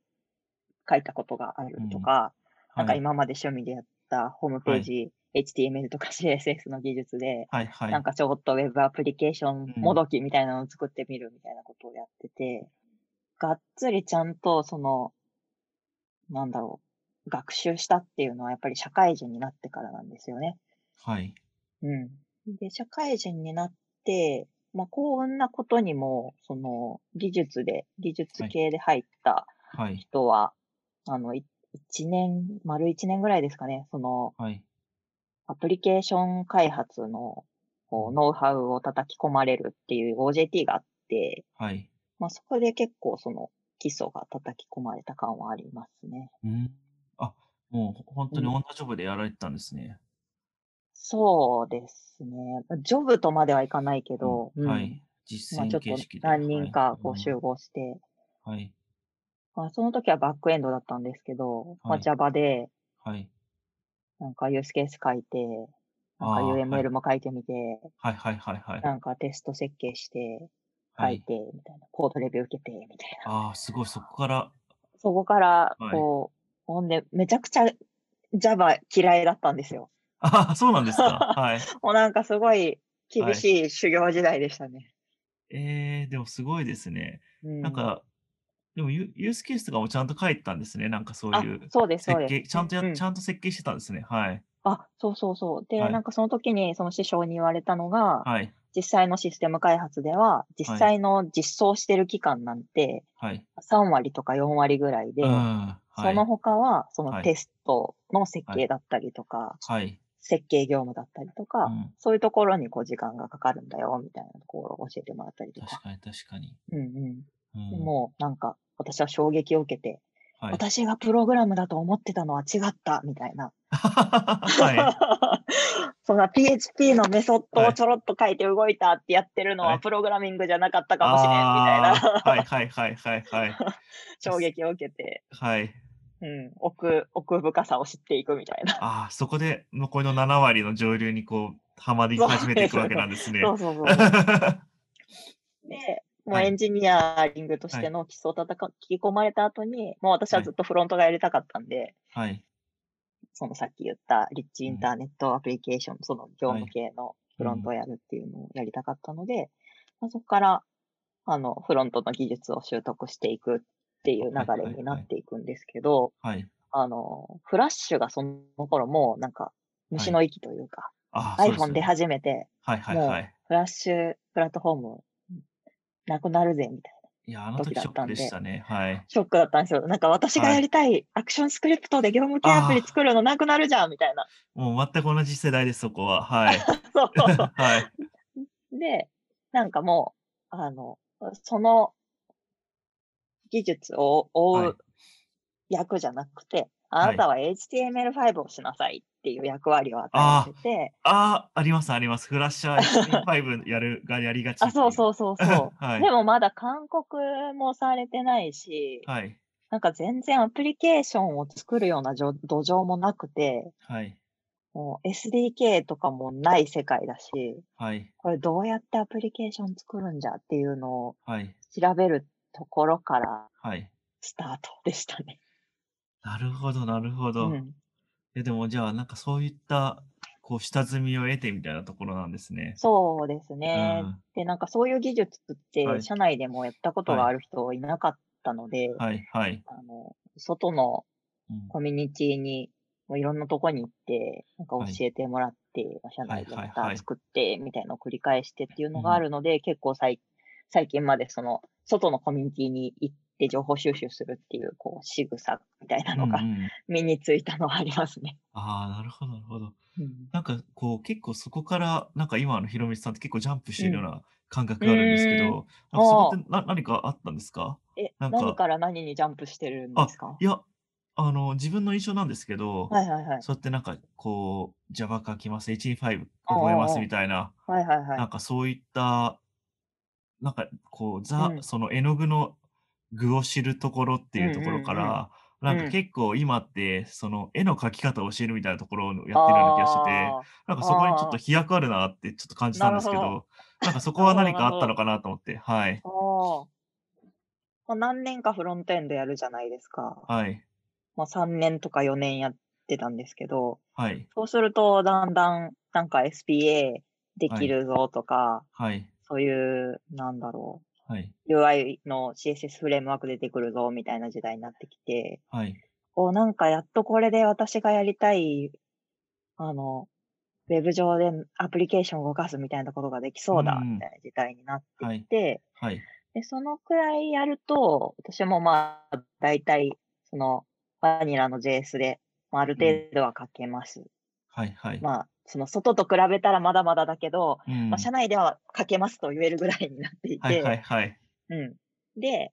C: 書いたことがあ
B: う
C: ると
B: ん。
C: か、なん
B: は
C: か
B: い。
C: 今まで趣味でやったホームペ
B: は
C: ー
B: い。
C: ジ、HTML とか CSS の技術で、
B: はいは
C: なん
B: い。
C: かちょっと Web アプリケーショ
B: う
C: ンも
B: ん。
C: どきみたいなのを作ってみるみたいなことをやってて、がっつりちゃんとその、なんだろう、学習したっていうのはやっぱり社会人になってからなんですよね。
B: はい。
C: うん。で、社会人になって、まあ、幸運なことにも、その、技術で、技術
B: はい。
C: 系で入った
B: はい。
C: 人は、あの、い一年、丸一年ぐらいですかね、その、
B: はい。
C: アプリケーション開発の、
B: う
C: こう、
B: ん。
C: ノウハウを叩き込まれるっていう OJT があって、
B: はい。
C: まあ、そこで結構その、基礎が叩き込まれた感はありますね。
B: うん。あ、もう本
C: う
B: 当に
C: ん。
B: オンジョブでやられてたんですね。
C: そうですね。ジョブとまではいかないけ
B: うん。
C: ど、う
B: は
C: ん。
B: い。実
C: まあち
B: 践
C: ょっ
B: 形
C: と
B: 式で。
C: 何
B: は
C: 人
B: い。
C: か
B: う。
C: こうん集合して、
B: はい。
C: まあ、その時はバックエンドだったんですけど、ま
B: は
C: あ、
B: い。
C: Java で、
B: はい。
C: なんかユースケース書いて、なんか
B: ああ、はい。
C: UML も書いてみて、
B: はいはいはいはい。
C: なんかテスト設計して、
B: は
C: 書い
B: い。
C: て、みたいな、コードレビュー受けて、みたいな。
B: ああ、すごい、そこから。
C: そこから、
B: はい。
C: こう、ほんで、めちゃくちゃ Java 嫌いだったんですよ。
B: ああ、そうなんで すか。はい。
C: もうなんかすごい厳
B: はい。
C: しい修行時代でしたね。
B: ええでもすごいですね。
C: う
B: なん
C: ん。
B: か、でもユユースケースとかもちゃんと書いてたんですね。なんかそう
C: あ、
B: いう
C: そうです、そう
B: 設
C: です。
B: 計、ちゃんとや、
C: う
B: ち
C: ん。
B: ゃんと設計してたんですね。はい。
C: あ、そうそうそう。で、
B: は
C: なん
B: い。
C: かその時にその師匠に言われたのが、
B: はい。
C: 実際のシステム開発では、実
B: はい。
C: 際の実装してる期間なんて、
B: はい。
C: 3割とか4割ぐらい
B: うん。
C: で、
B: は
C: その
B: い。
C: 他は、その
B: は
C: テ
B: い。
C: ストの設
B: は
C: 計
B: い。
C: だったりとか、
B: はい。
C: 設計業務だったりと
B: う
C: か、
B: ん。
C: そういうところにこう時間がかかるんだよ、みたいなところを教えてもらったりと
B: 確
C: か。
B: かに、確かに。
C: うんうん
B: う
C: で
B: ん。
C: も、なんか、私は衝撃を受けて、
B: はい。
C: 私がプログラムだと思ってたのは違った、みたいな。
B: はい。
C: そんな PHP のメソッド
B: は
C: を
B: い。
C: ちょろっと書いて動いたってやってるの
B: は。
C: はいプログラミングじゃなかったかもしれん、みたいな
B: ああ、はいはいはいはいはい。
C: 衝撃を受けて、
B: はい。
C: うん、奥、奥深さを知っていくみたいな。
B: ああ、そこで残りの7割の上流にこう、はまり
C: そう
B: 始めてい
C: で
B: く
C: す
B: わ
C: ね。
B: けなんです
C: そ
B: ね。
C: うそうそうそう。
B: は
C: で、もうエン
B: い。
C: ジニアリングとし
B: は
C: て
B: い。
C: の基礎を叩か聞き込まれた後に、もう私
B: は
C: はず
B: い。
C: っとフロントがやりたかったんで、
B: はい。
C: そのさっき言ったリッチイ
B: う
C: ン
B: ん。
C: ターネットアプリケーション、その業
B: は
C: 務
B: い。
C: 系のフ
B: う
C: ロントを
B: ん。
C: やるっていうのをやりたかったので、まあ、そこから、あの、フロントの技術を習得していくっていう
B: はい
C: 流れ
B: はい
C: にな
B: は
C: っ
B: い。
C: ていくんですけど、
B: はい。
C: あの、フラッシュがその頃もうなんか
B: は
C: 虫
B: い。
C: の息というか、
B: ああ、そうです
C: iPhone
B: よ
C: 出
B: ね。
C: 始めて、
B: はいはいは
C: もう
B: い。
C: フラッシュプラットフォームうんなくなるぜみたいない
B: や、あの
C: 時
B: 時
C: だ
B: シ
C: っ
B: ョッ
C: た
B: ク
C: ん
B: でし
C: で、
B: たね。はい。
C: ショックだったんですよ。なんか私が
B: は
C: や
B: い。
C: りたいアクションスクリプトで業務系アプリ
B: あ
C: 作るのなくなるじゃんみたいな。
B: あ、もう全く同じ世代です、そ こは。はい。
C: そう。
B: はい。
C: で、なんかもう、あの、その技術を
B: は
C: 追う
B: い。
C: 役じゃなくて、あ
B: は。
C: ないたは HTML5 をしなさいっていう役割を与えられ
B: あ
C: てて、
B: あ、ああ、ありますあります。フラッシャー HTML5 やるがやりがち
C: あ、
B: って
C: そう
B: いう。
C: そうそうそ
B: は
C: う。で
B: い。
C: もまだ勧告もされてないし、
B: はい。
C: なんか全然アプリケーションを作るようなじょ土壌もなくて、
B: はい。
C: もう SDK とかもない世界だし、
B: はい。
C: これどうやってアプリケーション作るんじゃっていうのを
B: はい。
C: 調べるところから
B: はい。
C: スタートでしたね。
B: なるほど、なるほ
C: う
B: ど。
C: ん。
B: え、でもじゃあ、なんかそういった、こう、下積みを得てみたいなところなんですね。
C: そうです
B: う
C: ね。
B: ん。
C: で、なんかそういう技術っ
B: は
C: て
B: い。
C: 社内でもやったこと
B: は
C: があ
B: い。
C: る人いなかったので、
B: はい。はい。
C: あの、外の
B: うん。
C: コミュニティに、もういろんなとこに行って、なんか
B: は
C: 教
B: い。
C: えてもらって、まあ社
B: はい
C: 内で
B: は
C: ま
B: い
C: た
B: はい。
C: 作って、みたいなのを繰り返してっていう
B: う
C: のがあ
B: ん。
C: るので、結構最最近までその、外のコミュニティに行ってで情報収集するっていう、こう、仕草みたいな
B: うんう
C: のが
B: ん。
C: 身についたのはありますね。
B: ああ、なるほど、なるほど。
C: うん
B: なんかこう結構そこからなんか今のひろみさんって結構ジャンプしてるような感覚
C: うん
B: があるんですけど、なんか
C: ああ
B: そこってな何かあったんですか
C: え、
B: なんか
C: 何から何にジャンプしてるんですか
B: いや、あの自分の印象なんですけど、
C: はいはいはい。
B: そうやってなんかこう Java 書きます、125覚えますみたいな、
C: はいはいは
B: なんかそういった、なんかこうザ、
C: うん
B: その絵の具の具を知るところっていうところから、
C: ん
B: なんか結構今ってその絵の描き方を教えるみたいなところをやってるような気がしてて、なんかそこにちょっと飛躍あるなってちょっと感じたんですけ
C: なる
B: ど、なんかそこは何かあったのかなと思って、はい、
C: あーあー。まあ、何年かフロントエンドやるじゃないですか。
B: はい、
C: まあ、3年とか4年やってたんですけど、
B: はい、
C: そうするとだんだんなんか SPA できるぞとか、
B: はい、
C: そういう、なんだろ
B: はい、
C: う、UI の CSS フレームワーク出てくるぞみたいな時代になってきて、
B: はい、
C: お、なんかやっとこれで私がやりたい、あの、ウェブ上でアプリケーションを動かすみたいなことができそうだ、
B: うん
C: みたいな時代になって
B: はい
C: き、て、
B: はい、
C: で、そのくらいやると、私もまあ、大体、その、バニラの JS で、まあ、ある程度は書けます。
B: はい、はい。
C: まあ、その外と比べたらまだまだだけど、
B: うん
C: まあ、社内では書けますと言えるぐらいになっていて、
B: はい、はい、はい。
C: うん。で、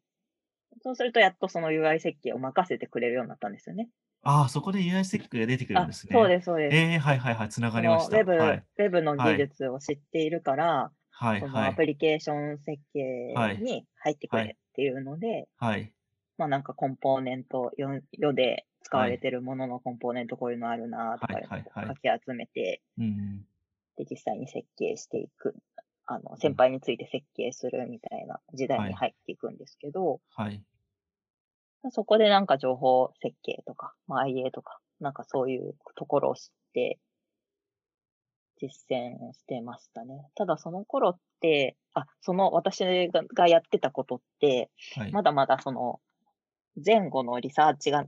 C: そうするとやっとその UI 設計を任せてくれるようになったんですよね。
B: ああ、そこで UI セックが出てくるんですね。
C: あそうです、そうです。
B: ええはい、はい、はい、つなが
C: そ
B: りま
C: の
B: し
C: ウ
B: た。
C: ェブ、
B: はい、
C: ウェブの
B: はい
C: 技術を知っているから、
B: はい、
C: そのア
B: は
C: プ
B: い、
C: リケーション設計
B: はい
C: に入ってくれ
B: はい
C: っていうので、
B: はい、
C: まあなんかコンポーネント、世世で使われてるもののコンポーネントこういうのあるなとか
B: はい、はい、は
C: 書
B: い。
C: き集めて、
B: うん、
C: で実際に設計していく。あの、先輩について設計するみたいな時代
B: は
C: に
B: い
C: 入っていくんですけど、
B: はい、
C: そこでなんか情報設計とか、まあ、IA とか、なんかそういうところを知って、実践してましたね。ただその頃って、あ、その私ががやってたことって、
B: はい。
C: まだまだその前後のリサーチが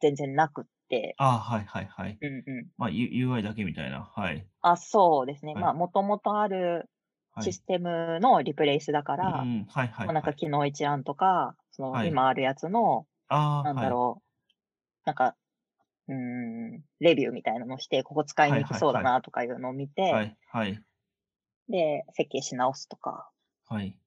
C: 全然なくって、
B: ああ、はい、はい、はい。
C: うんうん。
B: まあ、U- UI だけみたいな。はい、
C: あ、そうですね。
B: はい
C: まあ、もともとある
B: はい
C: シ。ステムのリプレイスだから、
B: うん、はい、はい、
C: まあなん
B: は
C: か
B: い。
C: 機能一覧とか、その
B: はい
C: 今あるやつの、
B: ああ、
C: なんだ
B: はい。
C: ろう、なんか、うーん、レビューみたいなのをして、ここ使いに行きそうだ
B: はいはい
C: なとかいうのを見て、
B: はい、はい、
C: で、設計し直すとか、
B: はい。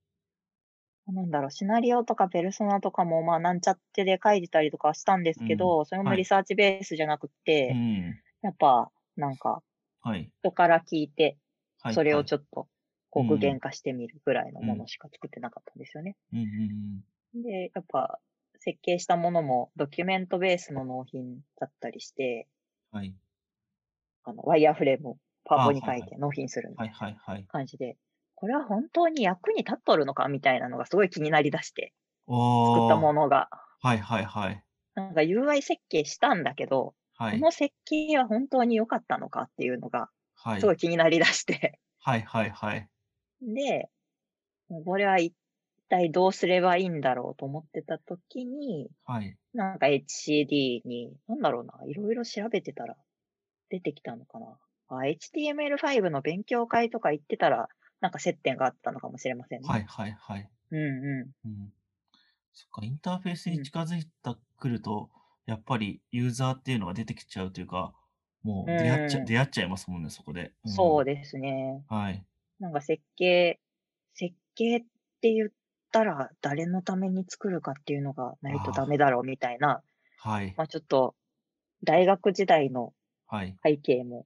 C: なんだろう、シナリオとかペルソナとかも、まあ、なんちゃってで書いてたりとかはしたんですけど、それも
B: はい
C: リサーチベースじゃなくて、
B: うん、
C: やっぱ、なんか、
B: はい、
C: 人から聞いて、
B: はい。
C: それを
B: ょ
C: ちょっと、こう、具現化してみるぐらいのものしか作ってなかったんですよね。
B: うん、うん、
C: で、やっぱ、設計したものも、ドキュメントベースの納品だったりして、
B: うんはい、
C: あの、ワイヤーフレームをパワポに書
B: あはい
C: い
B: はい
C: て納品するみた
B: はいい、
C: な
B: はい、はい。
C: 感じで、これは本当に役に立っとるのかみたいなのがすごい気になりだして、作
B: お
C: った
B: ー
C: ものが。
B: はい、はい、はい。
C: なんか UI 設計したんだけど、
B: は
C: こ
B: い、
C: の設計は本当に良かったのかっていうのが、
B: はい
C: す、ごい気になりだして。
B: はい、はい、はい。
C: で、もうこれは一体どうすればいいんだろうと思ってた時に、
B: はい、
C: なんか HCD に、なんだろうな、いろいろ調べてたら出てきたのかな。あ HTML5 の勉強会とか行ってたら、なんか接点があったのかもしれませんね。
B: はい、はい、はい。
C: うんう
B: うんそっか、インターフェース
C: う
B: に
C: ん
B: 近づいてくると、やっぱりユーザーっていうのが出てきちゃうというか、もう出会っちゃ、
C: うん
B: 出会っちゃいますもんね、そこで。
C: ん。そう
B: で
C: ですね。
B: す。はい。
C: なんか設計、設計って言ったら誰のために作るかっていうのがないとダメだろうみたいな、
B: はい。
C: まあちょっと大学時代の
B: はい。
C: 背景も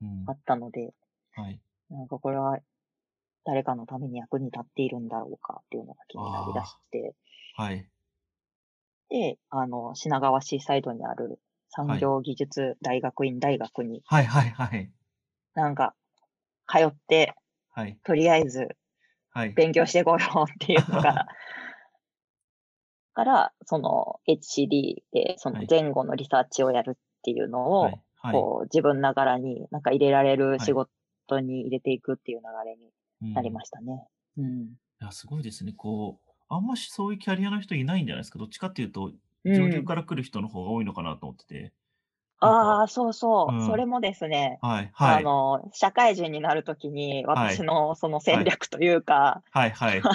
B: うん
C: あ。ったので、
B: はい。
C: なんかこれは誰かのために役に立っているんだろうかっていうのが気になりだして、
B: はい。
C: で、あの、品川シーサイドにある産業技術大学院大学に
B: はい。はい。はい。
C: なんか通って、
B: はい。
C: とりあえず
B: はい。
C: 勉強してこようっていうの が、 から、その HCD でその
B: はい
C: 前後のリサーチをやるっていうのを、
B: はい。はい。
C: こう自分ながらになんか入れられる
B: い
C: 仕事に入れていくっていう流れになり
B: うん
C: ましたね。うん。
B: いや、すごいですね。こう、あんましそういうキャリアの人いないんじゃないですか。どっちかっていうと、
C: う
B: 上
C: ん
B: 流から来る人の方が多いのかなと思ってて。なんか
C: ああ、そうそうう。それ
B: ん。
C: もですね、
B: はい、は
C: あ
B: い。
C: の、社会人になるときに、
B: は
C: 私
B: い。
C: のその
B: は
C: 戦
B: い。
C: 略というか、
B: はいはい。
C: が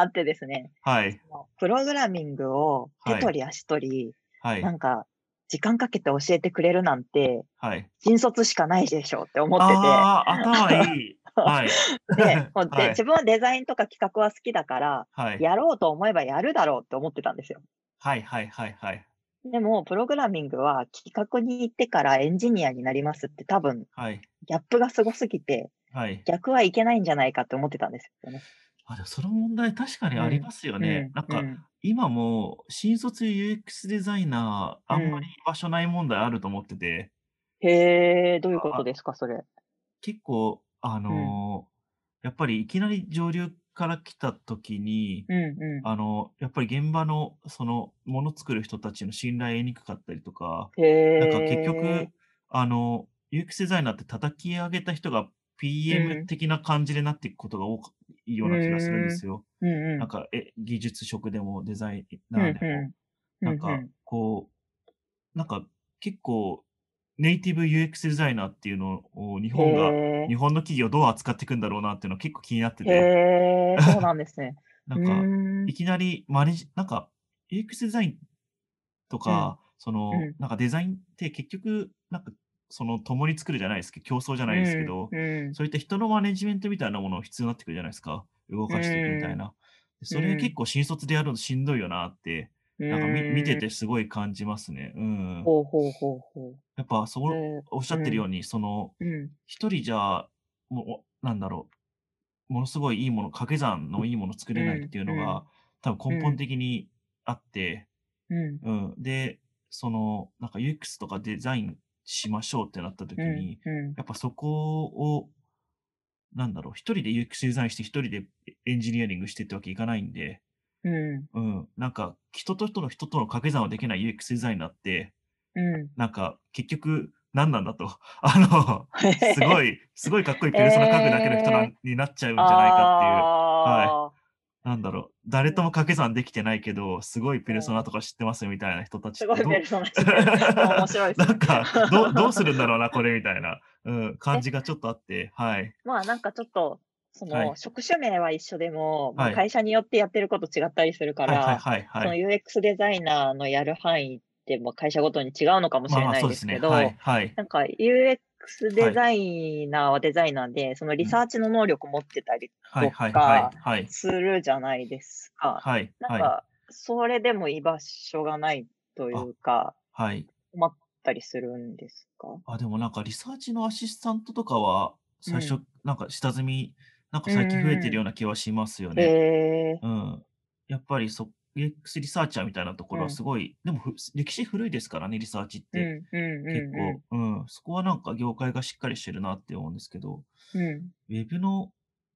C: あってですね、
B: はい。
C: そのプログラミングを手
B: は
C: 取
B: い。
C: り足取り、
B: は。
C: ないんか、時間かけて教えてくれるなんて、
B: はい。
C: 新卒しかないでしょって思ってて、
B: ああ、頭い い。はい。
C: で、もうで、
B: は
C: 自
B: い。
C: 分はデザインとか企画は好きだから、
B: はい。
C: やろうと思えばやるだろうって思ってたんですよ。
B: はいはいはいはい。
C: でも、プログラミングは企画に行ってからエンジニアになりますって多分、
B: はい。
C: ギャップがすごすぎて、
B: はい。
C: 逆はいけないんじゃないかって思ってたんですよね。
B: あ、でもその問題確かに
C: う
B: あり
C: ん、
B: ますよ
C: う
B: ね。
C: ん、
B: なん
C: う
B: か、
C: ん、
B: 今も新卒 UX デザイナ
C: う
B: ー、あんまり
C: ん。
B: 居場所ない問題あると思ってて、
C: へえ、どういうこと
B: あ
C: ですか、それ。
B: 結構、あ
C: うん、
B: のやっぱりいきなり上流から来た時に、
C: うん、う
B: あのやっぱり現場の、その、もの作る人たちの信頼得にくかったりとか、
C: ん。
B: なんか結
C: へ
B: 局、
C: え、
B: あの、UX デザイナーって叩き上げた人が
C: う
B: PM
C: ん、
B: 的な感じになっていくことが多いよ
C: う
B: うな気がするんで
C: ん、
B: すよ。
C: うん、
B: な
C: う
B: んか、え、技術職でもデザイ
C: ん、
B: ナー
C: う
B: で
C: ん、
B: も、
C: うん、
B: なん
C: うん、
B: か、
C: う
B: こう、なんか結構、ネイティブ UX デザイナーっていうのを日
C: ん。
B: 本が、
C: へ
B: 日
C: え、
B: 本の企業どう扱っていくんだろうなっていうのは結構気になってて、
C: へえ、そうなんですね。
B: な
C: うんー
B: か、
C: ん、
B: いきなりマネジ、なんか、UX デザインと
C: うん、
B: か、そうの、
C: ん、
B: なんかデザインって結局、なんか、その共に作るじゃないですけど、競争じゃ
C: う
B: ないですけ
C: ん、
B: ど、
C: うん、
B: そういった人のマネジメントみたいなものが必要になってくるじゃないですか。動
C: う
B: かしていくみたい
C: ん、
B: な。で
C: う
B: それ結
C: ん、
B: 構新卒でやるのしんどいよなって、
C: う
B: なんか見見て
C: ん。
B: てすごい感じますね。うん。
C: ほうほうほうほう。
B: やっぱそ
C: え
B: う、
C: ー、
B: おっしゃ
C: う
B: ってるよ
C: ん、
B: うに、その、
C: うん、
B: 一人じゃ、もう、なんだろう、ものすごいいいもの、掛け算のいいもの作
C: う
B: れないっ
C: ん、
B: ていうの
C: うん、
B: が、多分
C: う
B: 根本
C: ん、
B: 的にあって、
C: うん、
B: うん。で、その、なんか UX とかデザインしましょうってなった
C: う
B: 時
C: ん、
B: に、
C: うん。
B: やっぱそこを、なんだろう、一人で UX デザインして、一人でエンジニアリングしてってわけいかないんで、
C: うん、
B: うん。なんか、人と人の人との掛け算はできない UX デザインだって、
C: うん。
B: なんか、結局、何なんだと。 あの、すごい、すごいかっこいいペルソナ書くだけの人な
C: ええ
B: んになっちゃうんじゃないかっていう、はい。
C: ああ
B: なんだろう、誰とも掛け算できてないけど、すごいペ
C: ー、
B: ルソ
C: うん。
B: ナとか知ってますよみたいな人たち
C: す
B: っ
C: ご
B: て、
C: いペ
B: ど
C: ルソナ
B: う、
C: 知ってる。 面白いです
B: なん
C: ね。
B: か、どう、どうするんだろうな、これみたいな、うん、感
C: え、
B: じがちょっとあって、はい。
C: まあなんかちょっと、そ
B: は
C: の
B: い。
C: 職種名は一緒でも、まあ
B: はい。
C: 会社によってやってること違ったりするか
B: はいはい
C: ら、
B: はいは
C: その
B: い。
C: UX デザイナーのやる範囲ってまあ会社ごとに違うのかもし
B: まあ
C: れ
B: まあ、
C: ない
B: そう
C: で
B: ですすね。
C: け
B: は
C: ど、
B: いはい。
C: なんか UX
B: は
C: デ
B: い。
C: ザイナーはデザイナーで、その
B: う
C: リサ
B: ん。
C: ーチの能力持ってたり
B: はい
C: と
B: はいは
C: か
B: いはい。
C: するじゃないですか。
B: はい
C: なん
B: はい。
C: か、それでも居場所がないとい
B: あ、
C: うか、
B: はい。
C: 困ったりするんですか
B: あ、でもなんかリサーチのアシスタントとかは
C: う
B: 最初
C: ん。
B: なんか下積みなんか
C: う
B: 最近増え
C: ん
B: てる
C: う
B: ような気はしますよ
C: ん。
B: ね。
C: えー、
B: うん。やっぱりそ UX リサーチャーみたいなとこ
C: う
B: ろは
C: ん、
B: すごい、でもふ歴史古いですからね、リサーチっ
C: うん、
B: て。
C: うん、
B: 結
C: う
B: 構、うん、そこはなんか業界がしっかりしてるなって思うんですけど、
C: ん、うん。
B: ウェブの、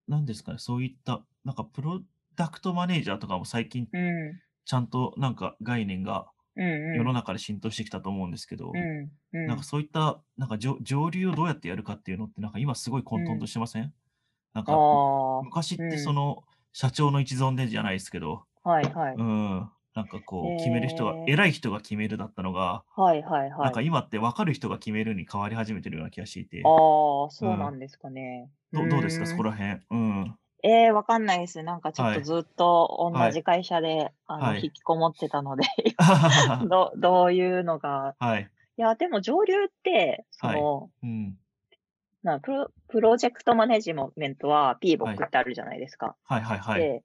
B: なんですかね、そういった、なんかプロダクトマネージャーとかも最近
C: うん、うん、
B: ちゃんとなんか概念が
C: うん、
B: 世の
C: う
B: 中で浸透してきたと思うんですけ
C: ん、
B: ど、
C: うん、
B: なんか
C: う
B: そういった、なんか上上流をどうやってやるかっていうのって、なんか今すごい
C: ん。
B: 混沌と
C: う
B: してませんな
C: ん
B: んか、む
C: ああ、
B: 昔っ
C: う
B: てそ
C: ん。
B: の、社長の一存でじゃないですけど、
C: はい、は
B: う
C: い。
B: ん、なんかこう、決める人が、
C: えー、
B: 偉い人が決めるだったのが、
C: はい、はい、
B: なん
C: は
B: か
C: い。
B: 今って分かる人が決めるに変わり始めてるような気がしてい
C: あ
B: て、
C: あ、
B: う。
C: そうなんんですかね。う
B: どどうですかそ
C: ー
B: こ
C: ん。
B: ら辺。うん。
C: えー、わかんないです。なんかちょっ
B: は
C: と
B: い。
C: ずっと同
B: は
C: じ
B: い。
C: 会社で、あの、
B: は
C: 引
B: い。
C: きこもってたので
B: あはは は
C: ど、どういうのが、
B: はい。
C: いや、でも上流って、そ
B: はい。
C: の、
B: うん。
C: なプロ、プロジェクトマネジメントは
B: は
C: PBOK
B: い。
C: ってあるじゃないですか。
B: はいはいはい。
C: で、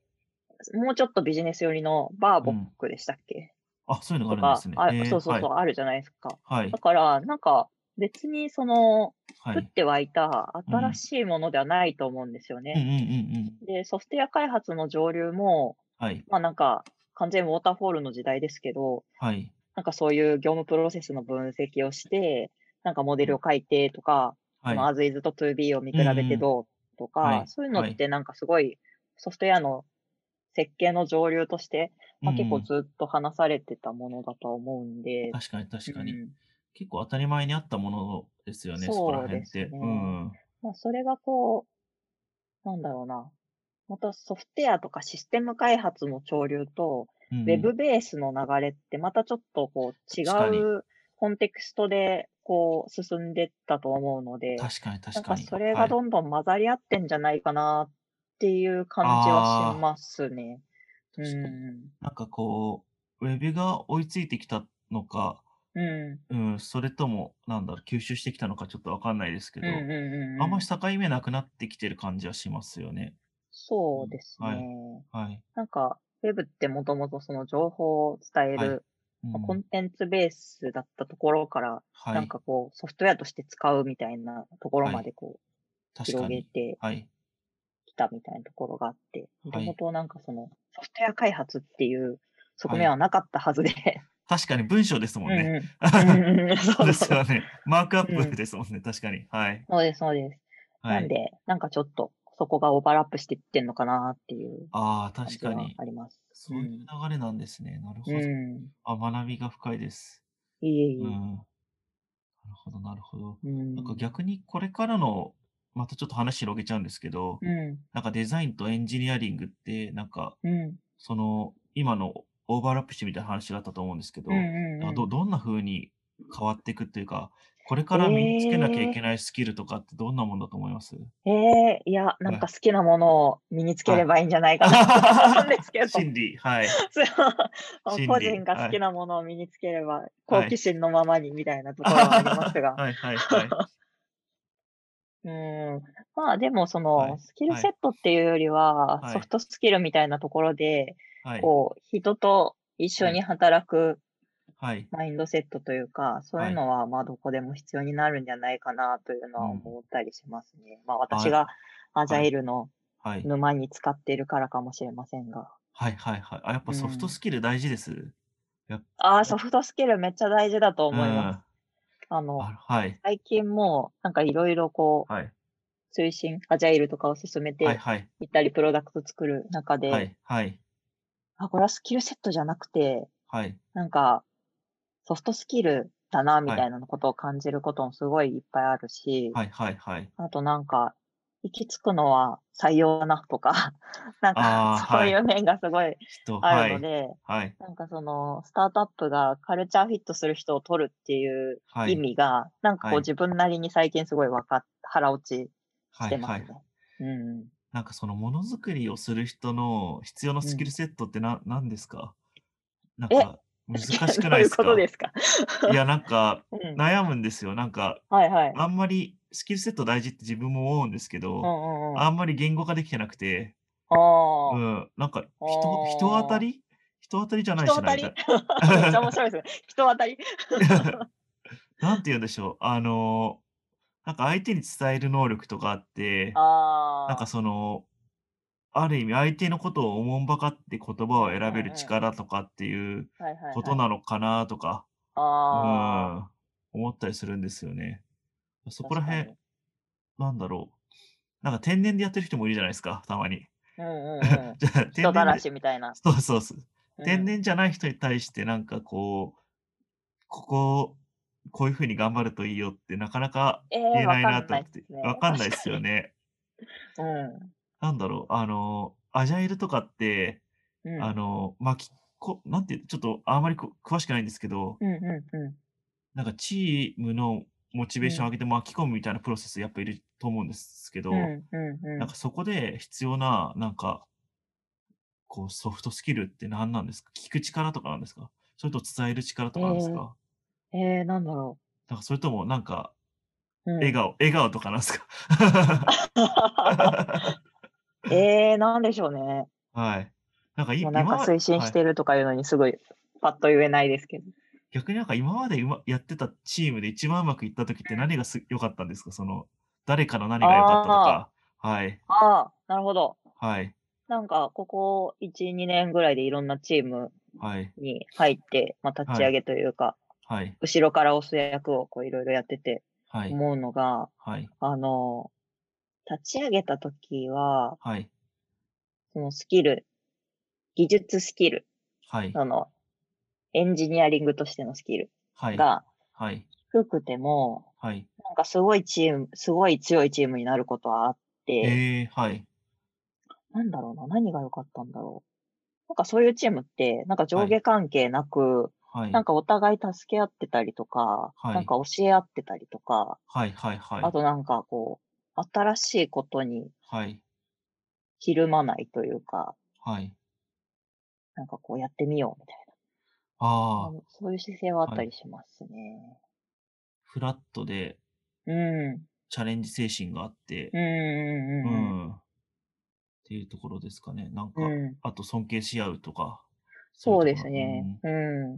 C: もうちょっとビジネス寄りのバー
B: う
C: ボッ
B: ん。
C: クでしたっけ
B: あ、そういうのが
C: と
B: ある
C: か、あ、
B: んですね。え
C: そ
B: ー、
C: うそう
B: は
C: そ
B: い。
C: う、あるじゃないですか。
B: は
C: だ
B: い。
C: から、なんか、別にその、
B: は
C: 降っ
B: い。
C: て湧いた
B: う
C: 新
B: ん。
C: しいものではないと思うんですよ
B: うんう
C: ね。
B: んうんうん。
C: で、ソフトウェア開発の上流も、
B: はい。
C: まあなんか、完全ウォーターフォールの時代ですけど、
B: はい。
C: なんかそういう業務プロセスの分析をして、なんかモデ
B: う
C: ルを
B: ん
C: 書いてとか、そ
B: は
C: の As
B: い。
C: is と To be を見
B: う
C: 比
B: んう
C: べて
B: ん。
C: どうと
B: は
C: か、
B: い。
C: そういうの
B: は
C: っ
B: い。
C: てなんかすごいソフトウェアの設計の上流として、
B: う
C: まあ、結構
B: ん。
C: ずっと話されてたものだとは思うんで、
B: 確かに
C: う
B: 確かに。
C: ん、
B: 結構当たり前にあったものですよね、そこら
C: そう
B: 辺
C: で
B: っ
C: す
B: て。う
C: ね。
B: ん。
C: まあ、それがこう、なんだろうな。またソフトウェアとかシステム開発の潮流と、
B: う
C: ウェブ
B: ん。
C: ベースの流れってまたちょっとこう違
B: 確かに。
C: うコンテクストでこう、進んでったと思うので、
B: 確かに
C: な
B: 確
C: ん
B: か
C: か
B: に。
C: それ
B: は
C: が
B: い
C: どんどん混ざり合ってんじゃないかなっていう感じはしますね。う
B: 確かに
C: ん。
B: なんかこう、ウェブが追いついてきたのか、
C: うん。
B: うん、それとも、なんだろう、吸収してきたのかちょっとわかんないですけ
C: うん
B: ど、
C: うんうん
B: あんま
C: う
B: し
C: ん。
B: 境目なくなってきてる感じはしますよね。う
C: そうんです
B: はい、
C: ね。
B: はい、
C: なんか、ウェブってもともとその情報を伝え
B: はい。
C: る、
B: う
C: まあコ
B: ん、
C: ンテンツベースだったところから、
B: は
C: なん
B: い、
C: かこう、ソフトウェアとして使うみたいなところ
B: は
C: ま
B: い。
C: でこう、
B: 確
C: 広
B: か
C: げ
B: に。
C: て
B: はい、
C: きたみたいなところがあって、もと
B: は
C: も
B: い、
C: となんかその、ソフトウェア開発っていう側
B: は
C: 面
B: い。
C: はなかったはずで、
B: 確かに文章 ですも
C: うん
B: ね。
C: んうん。う んうんうん、そう
B: で
C: そう
B: す
C: そう。
B: よね。マークアッ
C: う
B: プ
C: ん。
B: ですもんね。確かに。はい、
C: そうです、そうです。
B: は
C: なん
B: い。
C: で、なんかちょっと、そこがオーバーラップしていってんのかなっていう
B: ああ、
C: 感
B: 確
C: じ
B: か
C: は
B: に。
C: あります。う。
B: そういうん流れなんですね。なる
C: う
B: ほど。
C: ん。
B: あ、学びが深いです。
C: いえ
B: う
C: いえ。
B: ん。なるほど、なるほど。
C: う
B: なんか
C: ん。
B: 逆にこれからの、またちょっと話広げちゃうんですけど、
C: うん。
B: なんかデザインとエンジニアリングって、なんか、
C: うん。
B: その、今のオーバーラップしてみたいな話があったと思うんですけ
C: うん
B: ど、なんか
C: う
B: ど、
C: ん
B: どんな風に変わっていくっていうか、これ
C: う
B: か
C: ん。
B: ら身につけなきゃい
C: え
B: けないスキルとかってどんなもんだと思います
C: ー、えー、いや、なん
B: は
C: か
B: い。
C: 好きなものを身につけ
B: は
C: れ
B: い。
C: ばいいんじゃないかなって 思うんですけど、
B: 心理、はい。
C: そうあの
B: 心
C: 個人
B: 理、
C: が好
B: は
C: き
B: い。
C: なものを身につければ、好
B: は
C: 奇
B: い。
C: 心のままにみたいなところはあります
B: は
C: が、
B: い、はい、はい。
C: うん。まあでもそ
B: は
C: の
B: い、
C: スキル
B: は
C: セッ
B: い、
C: トっていうよりは
B: は
C: ソフ
B: い、
C: トスキルみたいなところで、
B: はい、
C: こう人と一緒
B: は
C: に
B: い、
C: 働く
B: はい、
C: マインドセットというか、そういう
B: はい。
C: のはまあどこでも必要になるんじゃないかなというの
B: う
C: は
B: ん。
C: 思ったりしますね。まあ私
B: あ、
C: がアジ
B: は
C: ャイ
B: い、
C: ルの
B: はい。
C: 沼に使っているからかもしれませんが。
B: はい、はい、はい。あ、やっぱ
C: う
B: ソフト
C: ん。
B: スキル大事です。やっ
C: ああ、
B: や
C: ソ
B: っ
C: フトスキルめっちゃ大事だと
B: う
C: 思います。
B: ん。
C: あの、
B: あ、はい。
C: 最近もうなんかいろいろこ
B: はい。
C: う推進、アジャイルとかを進め
B: はい、
C: て
B: はい。
C: いったり、プロダクト作る中
B: は
C: で、
B: い、はい。
C: あ、これはスキルセットじゃなくて、
B: はい。
C: なんかソフトスキルだな、み
B: は
C: た
B: い。
C: いなことを感じることもすごいいっぱいあるし、
B: はい、はい、はい。
C: あとなんか、行き着くのは採用だなとか、 なんか
B: ああ、
C: そう
B: はいい。
C: う面がすごい
B: 人、
C: あるの
B: はい。
C: で、
B: はい。
C: なんかそのスタートアップがカルチャーフィットする人を取るっていう
B: は
C: 意
B: い。
C: 味が、なんか
B: は
C: こう
B: い。
C: 自分なりに最近すごいわかっ、腹落ちし
B: はい、
C: てま
B: は
C: す
B: い。
C: ね。う。
B: なんかそのものづくりをする人の必要なんス
C: う
B: キル
C: ん。
B: セットってな、何ですかなん
C: え、
B: か難
C: スキ
B: し
C: ル、
B: く
C: ど
B: な
C: うい
B: いで
C: う
B: す
C: こと
B: か
C: ですか
B: いや、なんか
C: うん。
B: 悩むんですよ。なんか、
C: はいはい。
B: あんまりスキルセット大事って自分も思うんですけ
C: うんう
B: ど、
C: んう
B: あ
C: ん。
B: んまり言語化できてなくて、う
C: あ
B: ん、なんか
C: あ、
B: 人、人当た
C: ああ。
B: り人当たりじゃない
C: 人
B: し
C: 当
B: な、
C: た
B: みた
C: り
B: い
C: めっちゃ面
B: な。
C: 白いですね。人当たり
B: なんて言うんでしょう。あの、なんか相手に伝える能力とかあって、なんか
C: ああ、
B: その、ある意味相手のことをおもんばかって言葉
C: う
B: を
C: ん
B: 選べ
C: う
B: る
C: んう。
B: 力とかっていうん
C: はいはい
B: こと
C: はい。
B: なのかなとか、う
C: あ
B: ん、思ったりするんですよね。そ
C: あ、
B: こ
C: 確
B: ら
C: か
B: 辺、
C: に。
B: なんだろう。なんか天然でやってる人もいるじゃないですか、たまに。
C: うんうんうん。
B: じゃあ、
C: 人 た
B: 天然
C: ら
B: で、
C: しみたいな。
B: そうそうそう。
C: う
B: 天
C: ん。
B: 然じゃない人に対してなんかこう、ここ、こういうふうに頑張るといいよってなかなか
C: ええ
B: 言
C: ー、
B: え
C: わ
B: ない
C: か
B: なんと
C: な
B: 思
C: い
B: っ
C: で
B: て、
C: すね。
B: わかん
C: 確
B: ないで
C: か
B: すよ
C: に。
B: ね。
C: うん。
B: なんだろう、あの、アジャイルとかって、
C: う
B: あ
C: ん。
B: の、巻きこ、なんていう、ちょっとあまりこ詳しくないんですけど、
C: うんうんう
B: なんかチームのモチ
C: ん。
B: ベー
C: う
B: ションを
C: ん。
B: 上げて巻き込むみたいなプロセスやっぱいると思うんですけ
C: うん
B: ど、
C: うん
B: な
C: う
B: んかそこで必要な、なんか、こうソフトスキルって何なんですか聞く力とかなんですかそれと伝える力
C: ん。
B: とかなんです
C: え
B: か
C: えええー、なんだろ
B: なんかそれともなんか、
C: う。う
B: 笑
C: ん。
B: 顔、笑顔とかなんですか
C: ええー、なんでしょうね。
B: はい。なんか
C: も
B: い
C: な
B: う
C: んか
B: 今まで、
C: 推進
B: は
C: し
B: い。
C: てるとかいうのにすごいパッと言えないですけど。
B: 逆になんか今までうまやってたチームで一番うまくいった時って何がす良かったんですかその、誰かの何が良かったと
C: あ
B: か。はい。
C: あ、ああ、なるほど。
B: はい。
C: なんか、ここ1、2年ぐらいでいろんなチーム
B: はい。
C: に入って、まあ、立ち
B: は
C: 上
B: い。
C: げというか、
B: はい。
C: 後ろから押す役をこういろいろやってて
B: はい。
C: 思うのが、
B: はい。
C: あの、立ち上げた時は、
B: はい。
C: そのスキル、技術スキル、
B: はい。
C: その、エンジニアリングとしてのスキル
B: はい。
C: が
B: はい。
C: 低くても、
B: はい。
C: なんかすごいチーム、すごい強いチームになることはあって、
B: えー、はい。
C: なんだろうな、何が良かったんだろう。なんかそういうチームって、なんか
B: は
C: 上
B: い。
C: 下関係なく、
B: は
C: なん
B: い。
C: かお互い助け合ってたりとか、
B: は
C: なん
B: い。
C: か教え合ってたりとか、
B: はいはいは
C: あ
B: い。
C: となんかこう、新しいことに
B: はい。
C: ひるまないというか、
B: はい。
C: なんかこうやってみようみたいな。あ
B: あ
C: のそういう姿勢はあ
B: あ、
C: っ
B: は
C: た
B: い。
C: りしますね。
B: フラットで
C: うん。うん
B: チャレンジ精神があって、
C: うん
B: う
C: うん
B: ん。っていうところですかね。なん
C: うん
B: か、
C: うん。うん。
B: あと尊敬し合うとか、そういう
C: そうです
B: ところ。う
C: ね。
B: ん。
C: うん。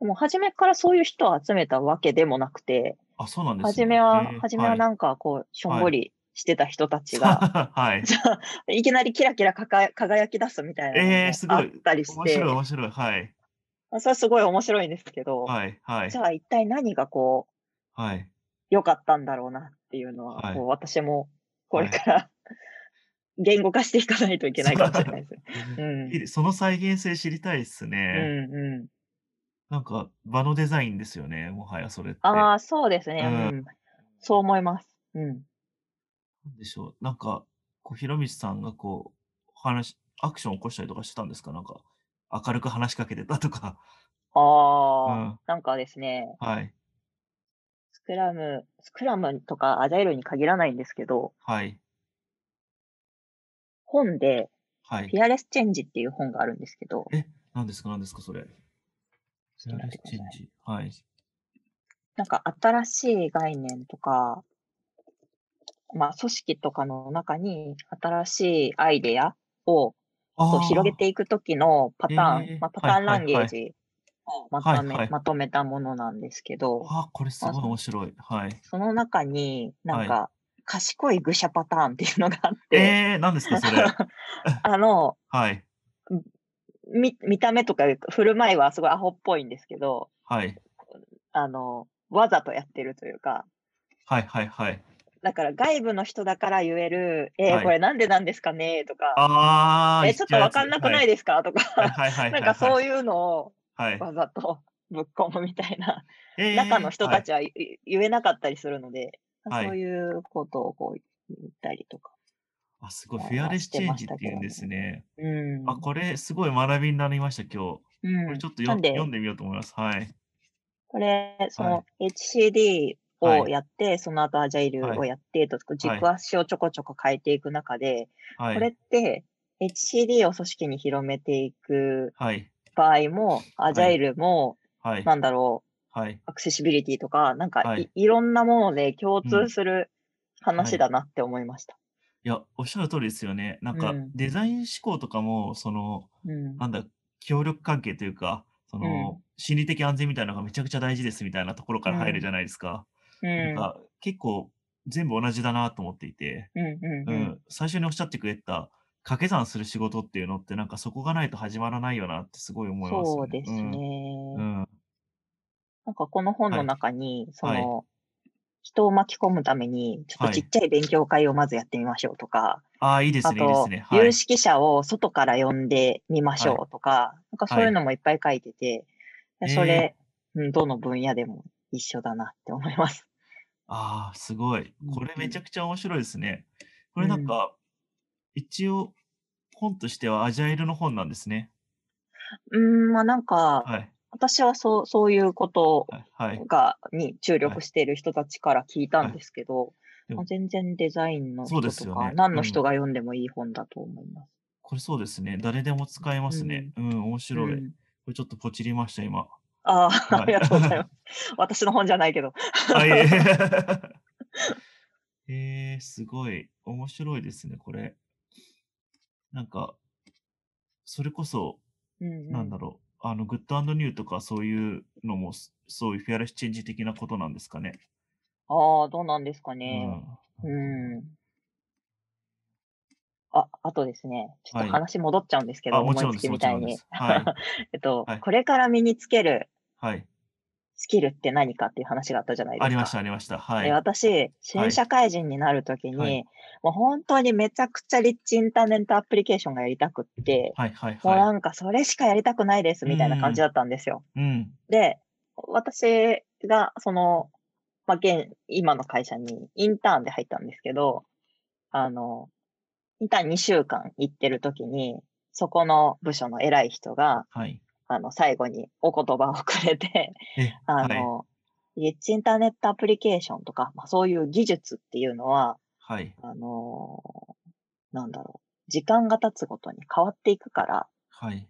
C: でも初めからそういう人を集めたわけでもなくて、
B: あ、そうなんです
C: 初
B: ね。
C: めは、
B: え
C: 初め
B: は。
C: はいなんかこう、しょん
B: は
C: ぼ
B: い。
C: りしてた人たちが、
B: はい。
C: いきなりキラキラかか輝き出すみたいなの
B: ええ
C: も
B: す
C: あ
B: ご
C: っ
B: い。
C: たりし
B: 面白い、
C: て、
B: 面白い。はい。
C: まあそれはすごい面白いんですけど、
B: はい、は
C: じ
B: い、
C: ゃあ一体何がこう、
B: はい、
C: 良かったんだろうなっていうのは、
B: は
C: こう、
B: い、
C: 私もこれ
B: はい。
C: から言語化していかないといけ
B: そ
C: な
B: う
C: いかもしれないですね。う
B: いいでその再現性知りたいっす
C: ん、
B: ね。
C: うん、うん。
B: なんか、場のデザインですよね。もはやそれって。
C: ああ、そうです
B: う。
C: ね。うんん。そう思います。うん。
B: なんでしょう。なんか、こう、ひろみつさんがこう、お話、アクション起こしたりとかしてたんですかなんか、明るく話しかけてたとか。 う
C: ああ、
B: ん。
C: なんかですね、
B: はい、
C: スクラム、スクラムとかアジャイルに限らないんですけど、
B: はい、
C: 本で、
B: はい。
C: フィアレスチェンジっていう本があるんですけど、
B: え、何ですか何ですかそれ。
C: ち
B: フ
C: ょ
B: ェ
C: っ
B: ア
C: と待って
B: レ
C: く
B: ス
C: だ
B: チェ
C: さ
B: ン
C: い。
B: ジ。はい。
C: なんか新しい概念とか、まあ組織とかの中に新しいアイデアをこう広げ
B: あ
C: ていくときのパ
B: あ、
C: ターン、
B: ええ
C: まあ、パ
B: は
C: タ
B: い、
C: ーン
B: は
C: ラ
B: い、
C: ンゲ
B: は
C: ー
B: い。
C: ジをま
B: はい、
C: とめ
B: はい。
C: まとめたものなんですけど、
B: ああ、これす
C: まあ、
B: ごい
C: そ
B: 面白い。はい、
C: その中になん
B: はい。
C: か賢い愚者パターンっていうのがあって、
B: ええ何ですか それ。
C: あの、
B: はい、
C: み見た目とか振る舞いはすごいアホっぽいんですけど、
B: はい、
C: あの、わざとやってるというか、
B: はい、はい、はい。
C: だから外部の人だから言える、えー、
B: は
C: こ
B: い。
C: れなんでなんですかねとか、
B: ああ、
C: えー、
B: 言っ
C: ちょっ
B: ち
C: と
B: ゃうや
C: わ
B: つ。
C: かんなく
B: は
C: ない
B: い。
C: ですかとか、
B: はい、はい、は
C: な
B: い、
C: ん
B: はい、
C: か
B: は
C: そう
B: い。
C: いうのを
B: はい。
C: わざとぶっ込むみたいな、中の
B: ええ
C: 人
B: は
C: た
B: い、
C: ちはいい言えなかったりするので、
B: は
C: そう
B: い。
C: いうことをこう言ったりとか
B: あ、すごい。フェア
C: は
B: レ
C: し
B: ス
C: て
B: チェン
C: ま
B: ジ
C: し
B: ったて
C: け
B: いうん
C: ど
B: です
C: ね。
B: ね。
C: う
B: あ、
C: ん。
B: これ、すごい学びになりました、今日。これ、
C: う
B: ち
C: ん。
B: ょっと
C: なん
B: よ読
C: で、
B: んでみようと思います。はい。
C: これ、そ
B: は
C: の
B: い。
C: HCD
B: は
C: を
B: い。
C: やって、その後アジャイ
B: は
C: ルを
B: い。
C: やってと、
B: は
C: 軸
B: い。
C: 足をちょこちょこ変えていく中で、
B: は
C: これ
B: い。
C: って HCD を組織に広めていく
B: はい。
C: 場合も、アジ
B: は
C: ャイ
B: い。
C: ルも、
B: はい。
C: なんだろう、
B: はい。
C: アクセシビリティとか、なんか
B: はいい。
C: いろんなもので共
B: う
C: 通
B: ん。
C: する
B: は
C: 話
B: い。
C: だなって思いました。
B: いや、おっしゃる通りですよね。なん
C: う
B: か、
C: ん。
B: デザイン思考とかも、その、
C: うん。
B: なんだ、協力関係というか、そうの、
C: ん。
B: 心理的安全みたいなのがめちゃくちゃ大事ですみたいなところ
C: う
B: から入るじ
C: ん。
B: ゃないですか。
C: う
B: なん
C: ん。
B: か、結構、全部同じだなと思っていて、
C: うん。
B: う
C: うん。
B: ん、最初におっしゃってくれた、掛け算する仕事っていうのって、なんかそこがないと始まらないよなってすごい思います
C: そ
B: よ
C: う
B: ね。
C: で
B: う
C: す
B: ん、う
C: ね。
B: ん、
C: なんかこの本
B: は
C: の
B: い、
C: 中に、そ
B: はい、
C: の、人を巻き込むために、ちょっと
B: は
C: ちっ
B: い。
C: ちゃい勉強会をまずやってみましょうとか、
B: ああ、いいで
C: あ
B: すね、いいです
C: と、
B: ね。は
C: 有
B: い、
C: 識者を外から呼んでみまし
B: はい、
C: ょうとか、なんかそ
B: は
C: ういう
B: い。
C: のもいっぱい書いてて、でそ
B: ええ
C: れ、うんどの分野でも一緒だなって思います。
B: ああー、すごい。
C: う
B: こ
C: ん。
B: れ
C: う
B: めち
C: ん。
B: ゃくちゃ面白いですね。こ
C: う
B: れなん
C: ん
B: か、一応、本としてはアジャイルの本なんですね。
C: うーん、まあなんか、
B: はい、
C: 私はそう、そういうこと
B: はい、はい、
C: が、に注
B: は
C: 力
B: い、
C: している人たちから聞いた
B: は
C: ん
B: い。
C: ですけど、
B: で
C: まあ、
B: も、
C: 全然デザインの
B: そうで
C: 人と
B: すよ
C: か、
B: ね。
C: 何
B: う
C: の人
B: ん。
C: が読んでもいい本だと思います。
B: これそうですね。誰でも使えま
C: う
B: すね。
C: ん、
B: うん、面
C: う
B: 白い。
C: ん。
B: これちょっとポチりました、今。
C: ああ、 あ
B: は
C: り
B: い。
C: がとうございます。私の本じゃないけど。
B: あ、いえ。えー、すごい。面白いですね、これ。なんか、それこそ、
C: うん
B: なんだ
C: う
B: ろう。あの、グッドニューとかそういうのも、そそういうフェアレスチェンジ的なことなんですかね。
C: ん。ああ、どうなんですか
B: うん。
C: ね。
B: な
C: う
B: るほど。
C: ん。あ、あとですね、ちょっと
B: はい。
C: 話戻っちゃうんですけ
B: あ、
C: ど、
B: もち
C: 思い
B: ろん
C: つき
B: です、も
C: み
B: ち
C: た
B: ろ
C: い
B: んで
C: に。
B: す。 はい。
C: えっと、
B: はい。
C: これから身につける
B: はい。
C: スキルって何かっていう話があったじゃない
B: あ
C: です
B: りました、
C: か。
B: ありました。は
C: で、
B: い。
C: 私、
B: は
C: 新
B: い。
C: 社会人になるとき
B: はい。
C: に、もう本当にめちゃくちゃリッチインターネットアプリケーションがやりたくって、
B: はい、はい、
C: もう
B: はい。
C: なんかそれしかやりたくないです
B: う
C: みたいな感じ
B: ん。
C: だったんですよ。
B: うん。
C: で、私がその、まあ、現、今の会社にインターンで入ったんですけど、あの、インターン2週間行ってるときに、そこの部署の偉い人が、
B: はい。
C: あの、最後にお言葉をくれて、
B: え、
C: あ
B: はい、
C: の、リッチインターネットアプリケーションとか、まあ、そういう技術っていうのは、
B: はい、
C: あのなんだろう、時間が経つごとに変わっていくから、
B: はい。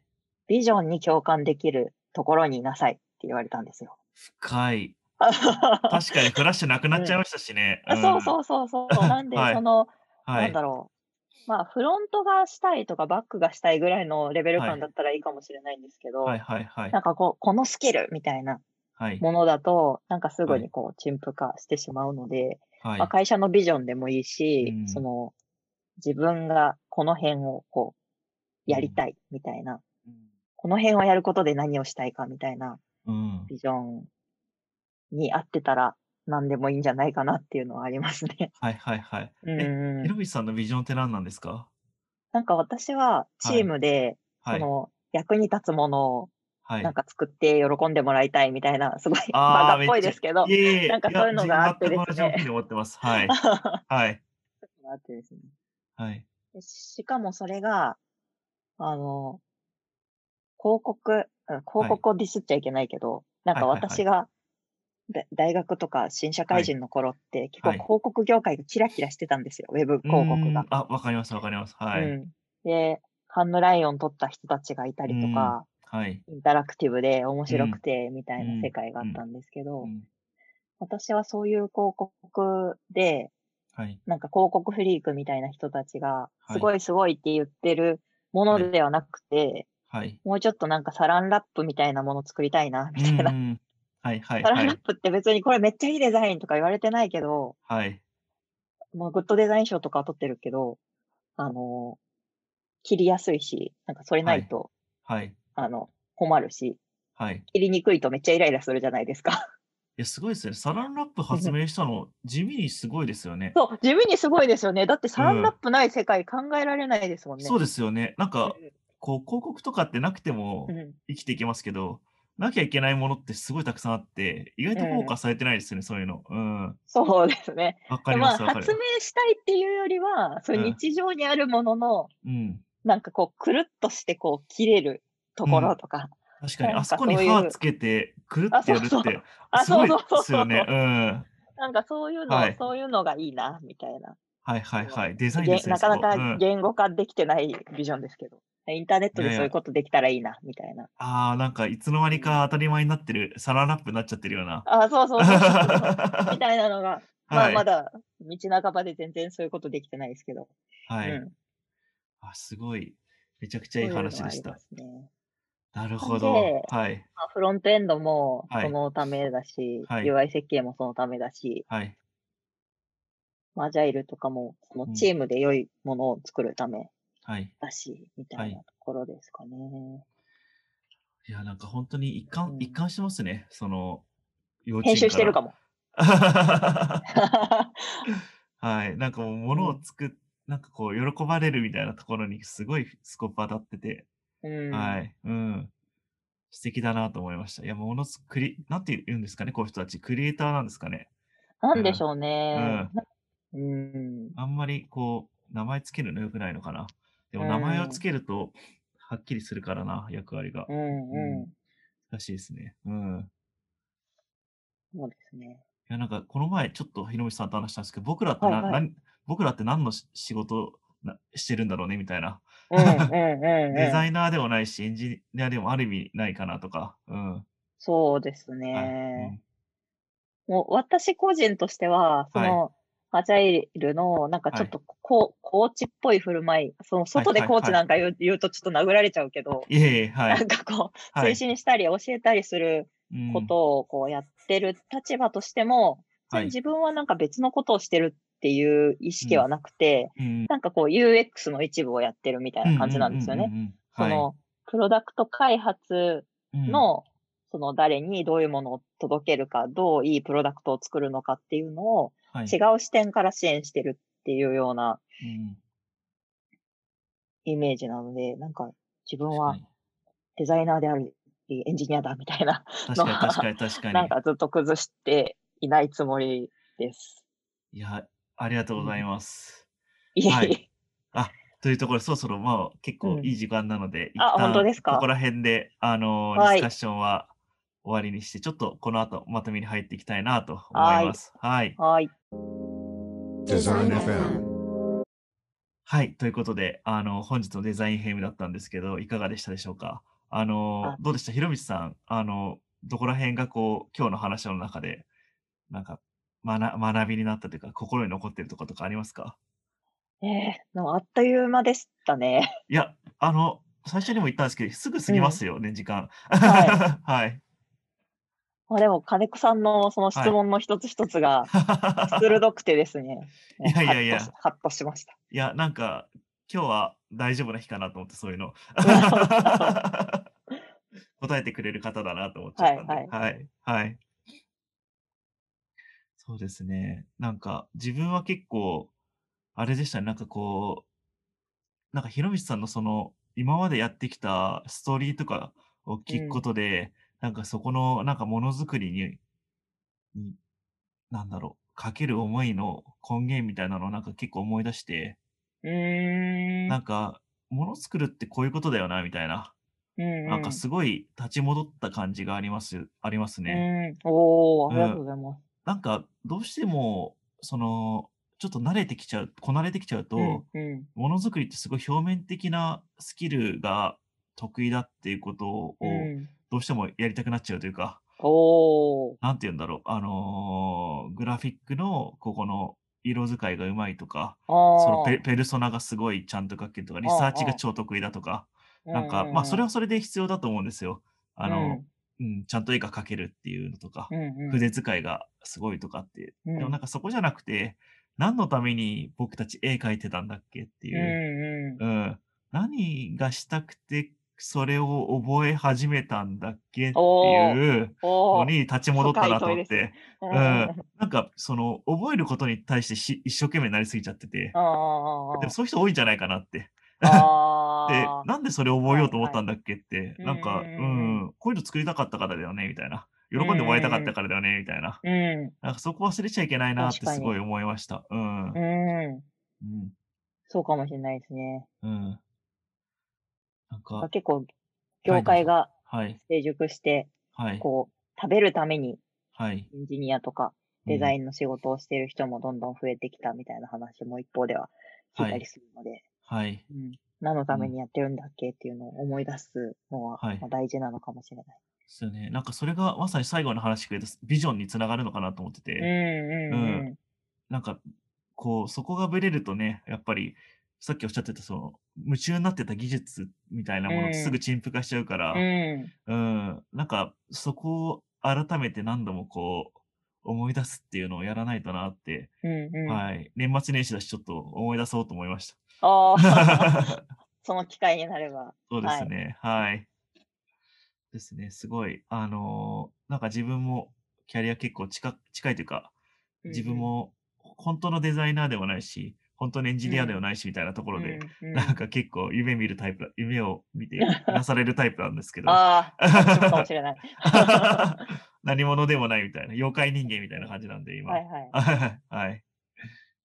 C: ビジョンに共感できるところにいなさいって言われたんですよ。
B: 深い。確かにフラッシュなくなっ
C: う
B: ちゃい
C: ん、
B: ましたしね。う
C: あ そうそ
B: ん。
C: うそう そう。なんで、
B: は
C: そ
B: い、
C: の、
B: は
C: なん
B: い、
C: だろう。まあ、フロントがしたいとか、バックがしたいぐらいのレベル
B: は
C: 感
B: い、
C: だったらいいかもしれないんですけ
B: は
C: ど、
B: い、はい、は、
C: ないんかこう、このスキルみたいな
B: はい、
C: ものだと、なんかすぐ
B: は
C: に
B: い、
C: こう、陳腐化してしまうので、
B: は
C: まあ、
B: い。
C: 会社のビジョンでもいいうし、そ
B: ん、
C: の、自分がこの辺をこう、
B: う
C: やり
B: ん、
C: たいみたいな、
B: うん、
C: この辺をやることで何をしたいかみたいな
B: うん。
C: ビジョンに合ってたら何でもいいんじゃないかなっていうのはありますね。
B: はい、はい、はい。
C: う
B: え、
C: んう
B: ひろ
C: ん。
B: みさんのビジョンって何なんですか
C: なんか私はチ
B: は
C: ー
B: い、
C: ムで、
B: は
C: そ
B: い、
C: の役に立つものを
B: は
C: なん
B: い。
C: か作って喜んでもらいたいみたいな、すごいバ
B: あ
C: カ
B: あ、
C: っ
B: めっ
C: ぽい
B: ち
C: で
B: ゃ、
C: すけど、
B: いえい
C: なん
B: え、
C: か
B: い
C: そう
B: や、
C: いうの
B: 自分
C: があって
B: 全
C: で
B: く同
C: す
B: じよう
C: ね。
B: に思ってます。はい、 はい、
C: あってですね。
B: はい。
C: でしかもそれが、あの、広告、うん広
B: はい、
C: 告をディスっちゃいけないけど、なん
B: は
C: か
B: い、はい、は
C: 私
B: い、
C: がだ大学とか新社
B: は
C: 会
B: い、
C: 人の頃って結構
B: は
C: 広
B: い。
C: 告業界がキラキラしてたんですよ、ウェブ
B: う ー
C: 広告が。
B: ん、あ、わかります、わかります。は
C: う
B: い。
C: ん。で、カンヌライオン撮った人たちがいた
B: う
C: りと
B: ん、
C: か、
B: はい。
C: インタラクティブで面
B: う
C: 白く
B: ん、
C: てみた
B: う
C: いな世
B: ん、
C: 界があ
B: う
C: っ
B: ん、
C: たんですけ
B: う
C: ど、
B: ん。
C: 私はそういう広告で、
B: はい、
C: なんか広告フリークみたいな人たちが、す
B: は
C: ご
B: い、
C: いすごいって言ってるも
B: は
C: の
B: い、
C: ではなくて、
B: はい。
C: もうちょっとなんかサランラップみたいなもの作りたいな、み
B: う
C: たいな。
B: ん、はい、はい、
C: サラン
B: は
C: ラッ
B: い、
C: プって別にこれめっちゃいいデザインとか言われてないけど、
B: はい。
C: まあ、グッドデザイン賞とかは取ってるけど、あの切りやすいし、なんかそれな
B: はいい、
C: と、
B: はい、
C: あの、困るし、
B: はい。い
C: 切りにくいとめっちゃイライラするじゃないですか。
B: や、すごいですね。サランラップ発明したの、地味にすごいですよね。
C: そう、地味にすごいですよね。だって
B: う
C: サランラッ
B: ん。
C: プない世界考えられないですもん
B: そ
C: ね。
B: うですよね。なん
C: う
B: か、
C: ん
B: こう、広告とかってなくて
C: う
B: も
C: ん。
B: 生きていけますけど、なきゃいけないものってすごいたくさんあって、意外
C: う
B: とフォー
C: ん。
B: カスされてないですよね、そういうの。うん。
C: そうですね。
B: わか
C: で
B: りま
C: まあ、
B: す、わかり
C: 発
B: ます。
C: 明したいっていうよりは、そう
B: う、
C: いうん日常にあるものの、
B: うん、
C: なんかこう、くるっとしてこう、切れると
B: う
C: ころ
B: ん。
C: とか、
B: 確かに、
C: な
B: あ
C: ん
B: そ
C: か
B: こに
C: そうい
B: 歯
C: う、
B: つけて、くるっ
C: あ、そ
B: て
C: う
B: やるっ
C: そう。
B: て、
C: あ、
B: す
C: そ
B: ご
C: う
B: い
C: そ
B: で
C: うそう
B: す
C: そ
B: よね。
C: う。
B: うん。
C: なんかそういう
B: は
C: の、
B: い。
C: そういうのがいいな、みたいな。
B: はいはい
C: そ
B: は
C: の
B: い。デザインで
C: げ
B: すね、
C: なかな
B: そこ。
C: か
B: うん。
C: 言語化できてないビジョンですけど、インターネッ
B: い
C: トで
B: やい
C: そういう
B: や。
C: ことできたらいいな、みたいな。
B: ああ、なんか、いつの間
C: う
B: に
C: ん、
B: か当たり前になってる、サランラップになっちゃってるような。
C: あ、そうそうそうそうそう。み
B: は
C: たいなのが、まあま
B: い。
C: だ道半ばで全然そういうことできてないですけど、
B: は
C: う
B: い。
C: ん。
B: あ、すごい。めちゃくちゃい
C: そ
B: いう
C: いうの
B: 話
C: は
B: で
C: あ
B: し
C: りま
B: た。
C: すね。
B: なる
C: な
B: ほ
C: ん
B: ど。
C: で、
B: はい。
C: まあ、フロントエンドも
B: は
C: そ
B: い。
C: のためだし、
B: はい。
C: UI 設計もそのためだし、
B: はい。
C: アジャイルとかも、その
B: う
C: チ
B: ん。
C: ームで良いものを作るため
B: はい。
C: だし、みた
B: はい。
C: ないところですかね。
B: いや、なんか本当に一
C: う
B: 貫、一
C: ん。
B: 貫してますね。その、幼稚
C: 編
B: 園
C: 集し
B: か
C: てる
B: ら。
C: かも。
B: はい。なんかもう、
C: う
B: 物を
C: ん。
B: 作っ、なんかこう、喜ばれるみたいなところに、すごいスコープ当たってて。
C: う
B: は
C: ん。
B: い。うん。素敵だなと思いました。いや、ものすくり、なんて言うんですかね、こういう人たち。クリエイターなんですかね。
C: な
B: うん
C: でし
B: ん。
C: ょう
B: う
C: ね。
B: ん。
C: なうん。
B: あんまり、こう、名前つけるの良くないのかな。で
C: う
B: も、名前を
C: ん。う
B: つ
C: ん。
B: けると、はっきりするからな、役割が。
C: う
B: うん。
C: ん。
B: 難しいですね。うん。
C: そうですね。
B: いや、なんか、この前、ちょっと、ひろみさんと話したんですけど、僕らって
C: はい
B: な、
C: はい。
B: な僕らって何のし仕事をなしてるんだろうね、みたいな。
C: うんうん
B: デ
C: うんう
B: ザ
C: ん。
B: イナーでもないし、エンジニアでもある意味ないかなとか。うん。
C: そうです
B: はい。う
C: ね。
B: ん。
C: もう私個人としては、そ
B: はい。
C: の、アジャイルの、なんかち
B: は
C: ょっ
B: い。
C: とこう、コーチっぽい振る舞い、その
B: はい、
C: 外で
B: はい、
C: コー
B: は
C: チ
B: い。
C: なんか言う言うとちょっと殴られちゃうけど、
B: いえいえ、は
C: なん
B: い。
C: かこう、
B: は
C: 推
B: い。
C: 進したり教えたりする
B: う
C: こ
B: ん。
C: とをこうやってる立場としても、普通
B: は
C: に
B: い。
C: 自分はなんか別のことをしてるっていう意
B: う
C: 識は
B: ん。
C: なくて、
B: うん。
C: なんかこう UX の一部をやってるみたい
B: うん
C: な
B: うん
C: 感じなんですよ
B: うんう
C: ね。
B: んうん。
C: そ
B: はい。
C: の、プロダクト開発
B: うん。
C: の、その誰にどういうものを届けるか、どういいプロダクトを作るのかっていうのを
B: は
C: 違
B: い。
C: う視点から支援してるっていうような
B: うん。
C: イメージなので、なんか自分
B: 確か
C: は
B: に。
C: デザイナーであり、エンジニアだみたいな
B: 確
C: の
B: かに、確か
C: は、
B: に、確か
C: なん
B: に。
C: かずっと崩していないつもりです。
B: いや、ありがとう
C: う
B: ござい
C: ん
B: ます。
C: いえ
B: は いい。
C: え。
B: あ、とというところで、そろそろまあ結構いい時間なので、
C: あ
B: 一旦
C: 本当ですか
B: ここら辺で、あのー、
C: はい
B: ディスカッションは終わりにして、ちょっとこの後まとめに入っていきたいなと思い
C: はい
B: ます。はい。
C: はい。
A: Design FM.
B: はい。ということで、あの、本日のデザイン編だったんですけど、いかがでしたでしょうかあの
C: あ、
B: どうでしたひろみつさん、あの、どこら辺がこう、今日の話の中で、なんか、学学びになったというか、心に残ってるところとかありますか
C: ええのあっという間でしたね。
B: いや、あの、最初にも言ったんですけど、すぐ過ぎますよね、時間。
C: は
B: はい。
C: まあでも、金子さんのその質問の一つ一つが鋭くてですね。
B: いやいやいや
C: ハッとしハッとしま した。
B: いや、なんか、今日は大丈夫な日かなと思って、そういうの。 答えてくれる方だなと思っちゃったんで。
C: は
B: はいい、はい、そうですね。なんか、自分は結構、あれでしたね。なんかこう、なんか、ひろみさんのその、今までやってきたストーリーとかを聞くことで、なんかそこの、なんかものづくりに、になんだろう、かける思いの根源みたいなのをなんか結構思い出して、
C: うーん。
B: なんか、もの作るってこういうことだよな、みたいな。
C: うん
B: なんかすごい立ち戻った感じがあります、あります
C: う
B: ね。
C: ん。うん。おー、ありがとうございます。
B: なんか、どうしても、その、ちょっと慣れてきちゃう、こなれてきちゃうと、
C: うん。うん
B: ものづくりってすごい表面的なスキルが得意だっていうことを、
C: うん、
B: どうしてもやりたくなっちゃうというか、
C: おー。
B: なんて言うんだろう、あのーグラフィックの、ここの、色使いがうまいとか、
C: あ
B: そ
C: ー
B: のペペルソナがすごいちゃんと書けるとか、リサーチが超得意だとか、なんか、まあ、それはそれで必要だと思うんですよ。あの、うん、ちゃんと絵が描けるっていうのとか
C: う、んうん、
B: 筆使いがすごいとかって。
C: うんうん、
B: でもなんかそこじゃなくて、何のために僕たち絵描いてたんだっけって
C: う
B: いう。
C: んうん、
B: うん。何がしたくて、それを覚え始めたんだっけって
C: お
B: いう
C: お
B: の
C: ー
B: に立ち戻ったなと思
C: 深い問
B: っ
C: い
B: て。うん。なんか、その、覚えることに対してし一生懸命になりすぎちゃってて。
C: あ
B: でもそういう人多いんじゃないかなって。
C: あ
B: で、
C: ー
B: なんでそれを覚えようと思ったんだっけって、
C: はい
B: なんか、
C: う
B: う
C: う
B: ん
C: んうん
B: ん、こういうの作りたかったからだよね、みたいな。喜んでもらいたかったからだよね、みたいな。
C: うん
B: なんかそこ忘れちゃいけないなって
C: 確かに
B: すごい思いました。うん。うん。
C: うん、そうかもしれないですね。
B: うん。なんか、
C: 結構、
B: は
C: 業
B: い
C: 界が
B: はい、
C: 成熟して、
B: はい、
C: こう、食べるために
B: はい。
C: エンジニアとかデザ
B: ン。
C: インの仕事をしている人もどんどん増えてきたみたいな話も一方では聞いたりするので、
B: はい。
C: うん、何のためにやってるんだっけっていうのを思い出すのは、
B: はい
C: まあ大事なのかもしれない。
B: ですよね。なんかそれがまさに最後の話くれたビジョンにつながるのかなと思ってて。
C: うんうんうん。
B: なんか、こう、そこがぶれるとね、やっぱり、さっきおっしゃってた、その、夢中になってた技術みたいなもの
C: うん
B: がすぐ陳腐化しちゃうから、うん、
C: うん
B: なんか、そこを改めて何度もこう、思い出すっていうのをやらないとなって、
C: うんうん。
B: はい。年末年始だし、ちょっと思い出そうと思いまし
C: ああ、
B: た。
C: その機会になれば。
B: そうですね。はい。ですね。すごい。あのーなんか自分もキャリア結構近近いというか、
C: うんうん
B: 自分も本当のデザイナーでもないし、本当のエンジニアでもないしみたいなところで、
C: うんうん
B: なんか結構夢見るタイプだ、夢を 見てなされるタイプなんですけど、
C: ああ、そうかもしれない。
B: 何者でもないみたいな、妖怪人間みたいな感じなんで、今。
C: はいはい。
B: はい。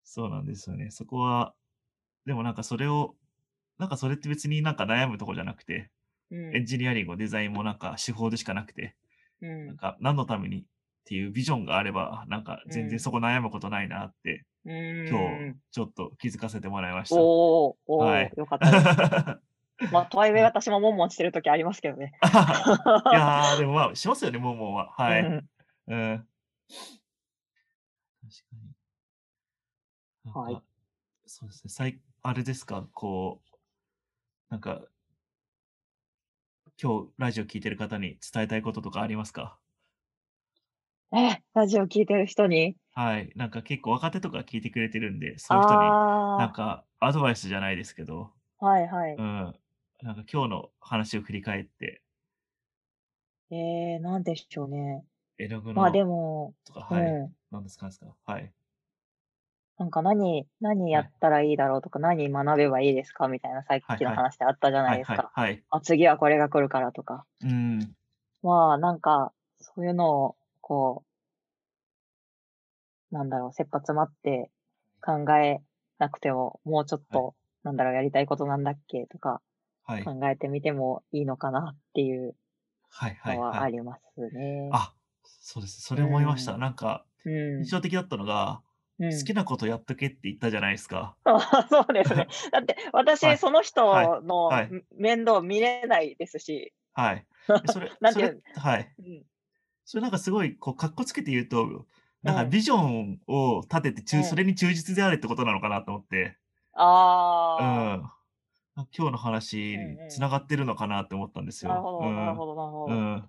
B: そうなんですよね。そこは、でもなんかそれを、なんかそれって別になんか悩むとこじゃなくて、
C: うん
B: エンジニアリングもデザインもなんか手法でしかなくて、な
C: うん
B: か何のためにっていうビジョンがあれば、なんか全
C: うん
B: 然そこ悩むことないなって、
C: んうん
B: 今日ちょっと気づかせてもらいまし
C: おお、おお、
B: はい
C: よかったです。
B: た。
C: まあ、とはいえ私もモンモンしてる時ありますけどね。
B: いやー、 でもまあ、しますよね、もうもうは。は
C: うん
B: い。うん。確かに。なんか
C: はい
B: そうですね。最あれですか、こう、なんか、今日ラジオ聞いてる方に伝えたいこととかありますか
C: え、ラジオ聞いてる人に。
B: はい。なんか結構若手とか聞いてくれてるんで、そういう人に、なん
C: あ
B: かアドバイスじゃないですけど、
C: あ、はいはい
B: うん。。なんか今日の話を振り返って、
C: えー、なんでしょうね。
B: 絵の具
C: まあで
B: の
C: も、
B: とか、
C: う
B: はい。
C: ん。
B: 何ですか、何ですか。はい。
C: なんか何、何やったらいいだろうとか、何学べばいいですかみたいなさっきの
B: はいはい
C: 話であったじゃな
B: はいい、
C: ですか。
B: はい、はい。
C: あ、次はこれが来るからとか。
B: うん。
C: まあ、なんか、そういうのを、こう、なんだろう、切羽詰まって考えなくても、もうちょっとなんだろう、やりたいことなんだっけとか、
B: はい。
C: 考えてみてもいいのかなっていう
B: はいはい
C: のはあ
B: はい。
C: りますね。
B: あ、そうです。それ思いました。
C: うん
B: なんか、
C: うん
B: 印象的だったのが、
C: うん
B: 好きなことやっとけって言ったじゃないですか。
C: あ そうですね。だって、
B: は
C: 私、
B: い
C: その人の
B: はいはい
C: 面倒見れないですし、
B: はい。でそれ
C: なん
B: そ
C: てい
B: れ
C: う
B: はい。
C: うん
B: それなんかすごい、こう、かっこつけて言うと、なんか
C: うん
B: ビジョンを立てて
C: う
B: 忠、
C: ん
B: それに忠実であれってことなのかなと思って、うん。
C: あ
B: なんか今日の話に
C: うんうん
B: 繋がってるのかなって思ったんです
C: あ、なる
B: よ。
C: ほ
B: う
C: ど、
B: ん
C: なるほど、なるほ
B: う
C: ど。い
B: ん。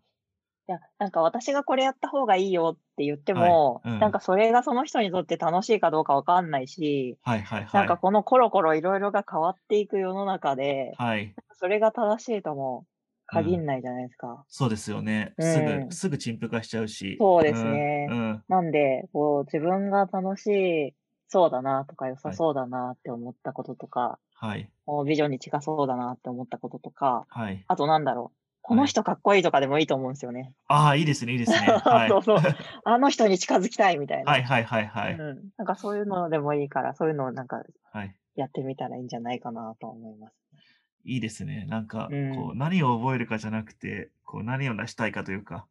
C: や、なんか私がこれやった方がいいよって言っても、
B: はいうん
C: なんかそれがその人にとって楽しいかどうかわかんないし、
B: はいはい
C: な
B: は
C: ん
B: い。
C: かこのコロコロいろいろが変わっていく世の中で、
B: はい。
C: それが正しいとも限んないじゃないですか。
B: そうですよね。
C: う
B: す
C: ん
B: ぐ、すぐ陳腐化しちゃうし。
C: そうですね
B: うん。うん
C: なんで、こう、自分が楽しそうだなとか、良さそうだなって思ったこととか、
B: はい。
C: こうビジョンに近そうだなって思ったこととか、
B: はい。
C: あとなんだろう。この人かっこいいとかでもいいと思うんですよね。
B: ああ、いいですね、いいですね。はい。
C: そうそうあの人に近づきたいみたいな。
B: はいはいはいはい。
C: うん。なんかそういうのでもいいから、そういうのをなんか
B: はい。
C: やってみたらいいんじゃないかなと思います。
B: いいですね。なんか、
C: うん
B: こう、何を覚えるかじゃなくて、こう、何を成したいかというか、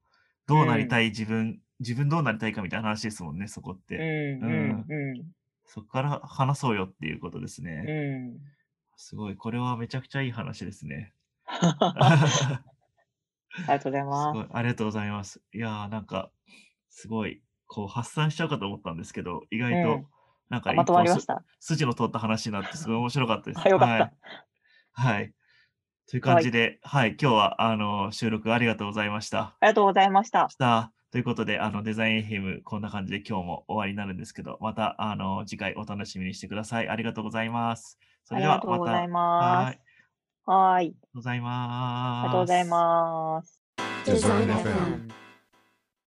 B: どうなりたい自分、自分どうなりたいかみたいな話ですもんね、そこっ
C: うん、
B: て。
C: うん、
B: そこから話そうよっていうことです
C: うん、
B: ね。
C: うん。
B: すごい、これはめちゃくちゃいい話ですね。
C: ありがとうござい
B: す
C: ま
B: ごい、 ありがとうございます。いやー、なんか、すごい、こう、発散しちゃうかと思ったんですけど、意外
C: う
B: と
C: ん、
B: なんか
C: す。
B: 一
C: まとまりま
B: 歩
C: し
B: す
C: た。
B: 筋の通った話になって、すごい面白かったです。
C: あ、よかった。
B: はい。はい。という感じで、はい、今日は、あの、収録ありがとうございました。
C: ありがとうございました。
B: した。ということで、あの、デザイン FM、こんな感じで今日も終わりになるんですけど、また、あの、次回お楽しみにしてください。ありがとうございます。そ
C: あり
B: れで
C: が
B: は、
C: とう
B: ま
C: ご
B: た、
C: ざい
B: ありが
C: ます。はーい。
B: とうございま
C: あり
B: す。
C: がとうございます。
A: Design FM.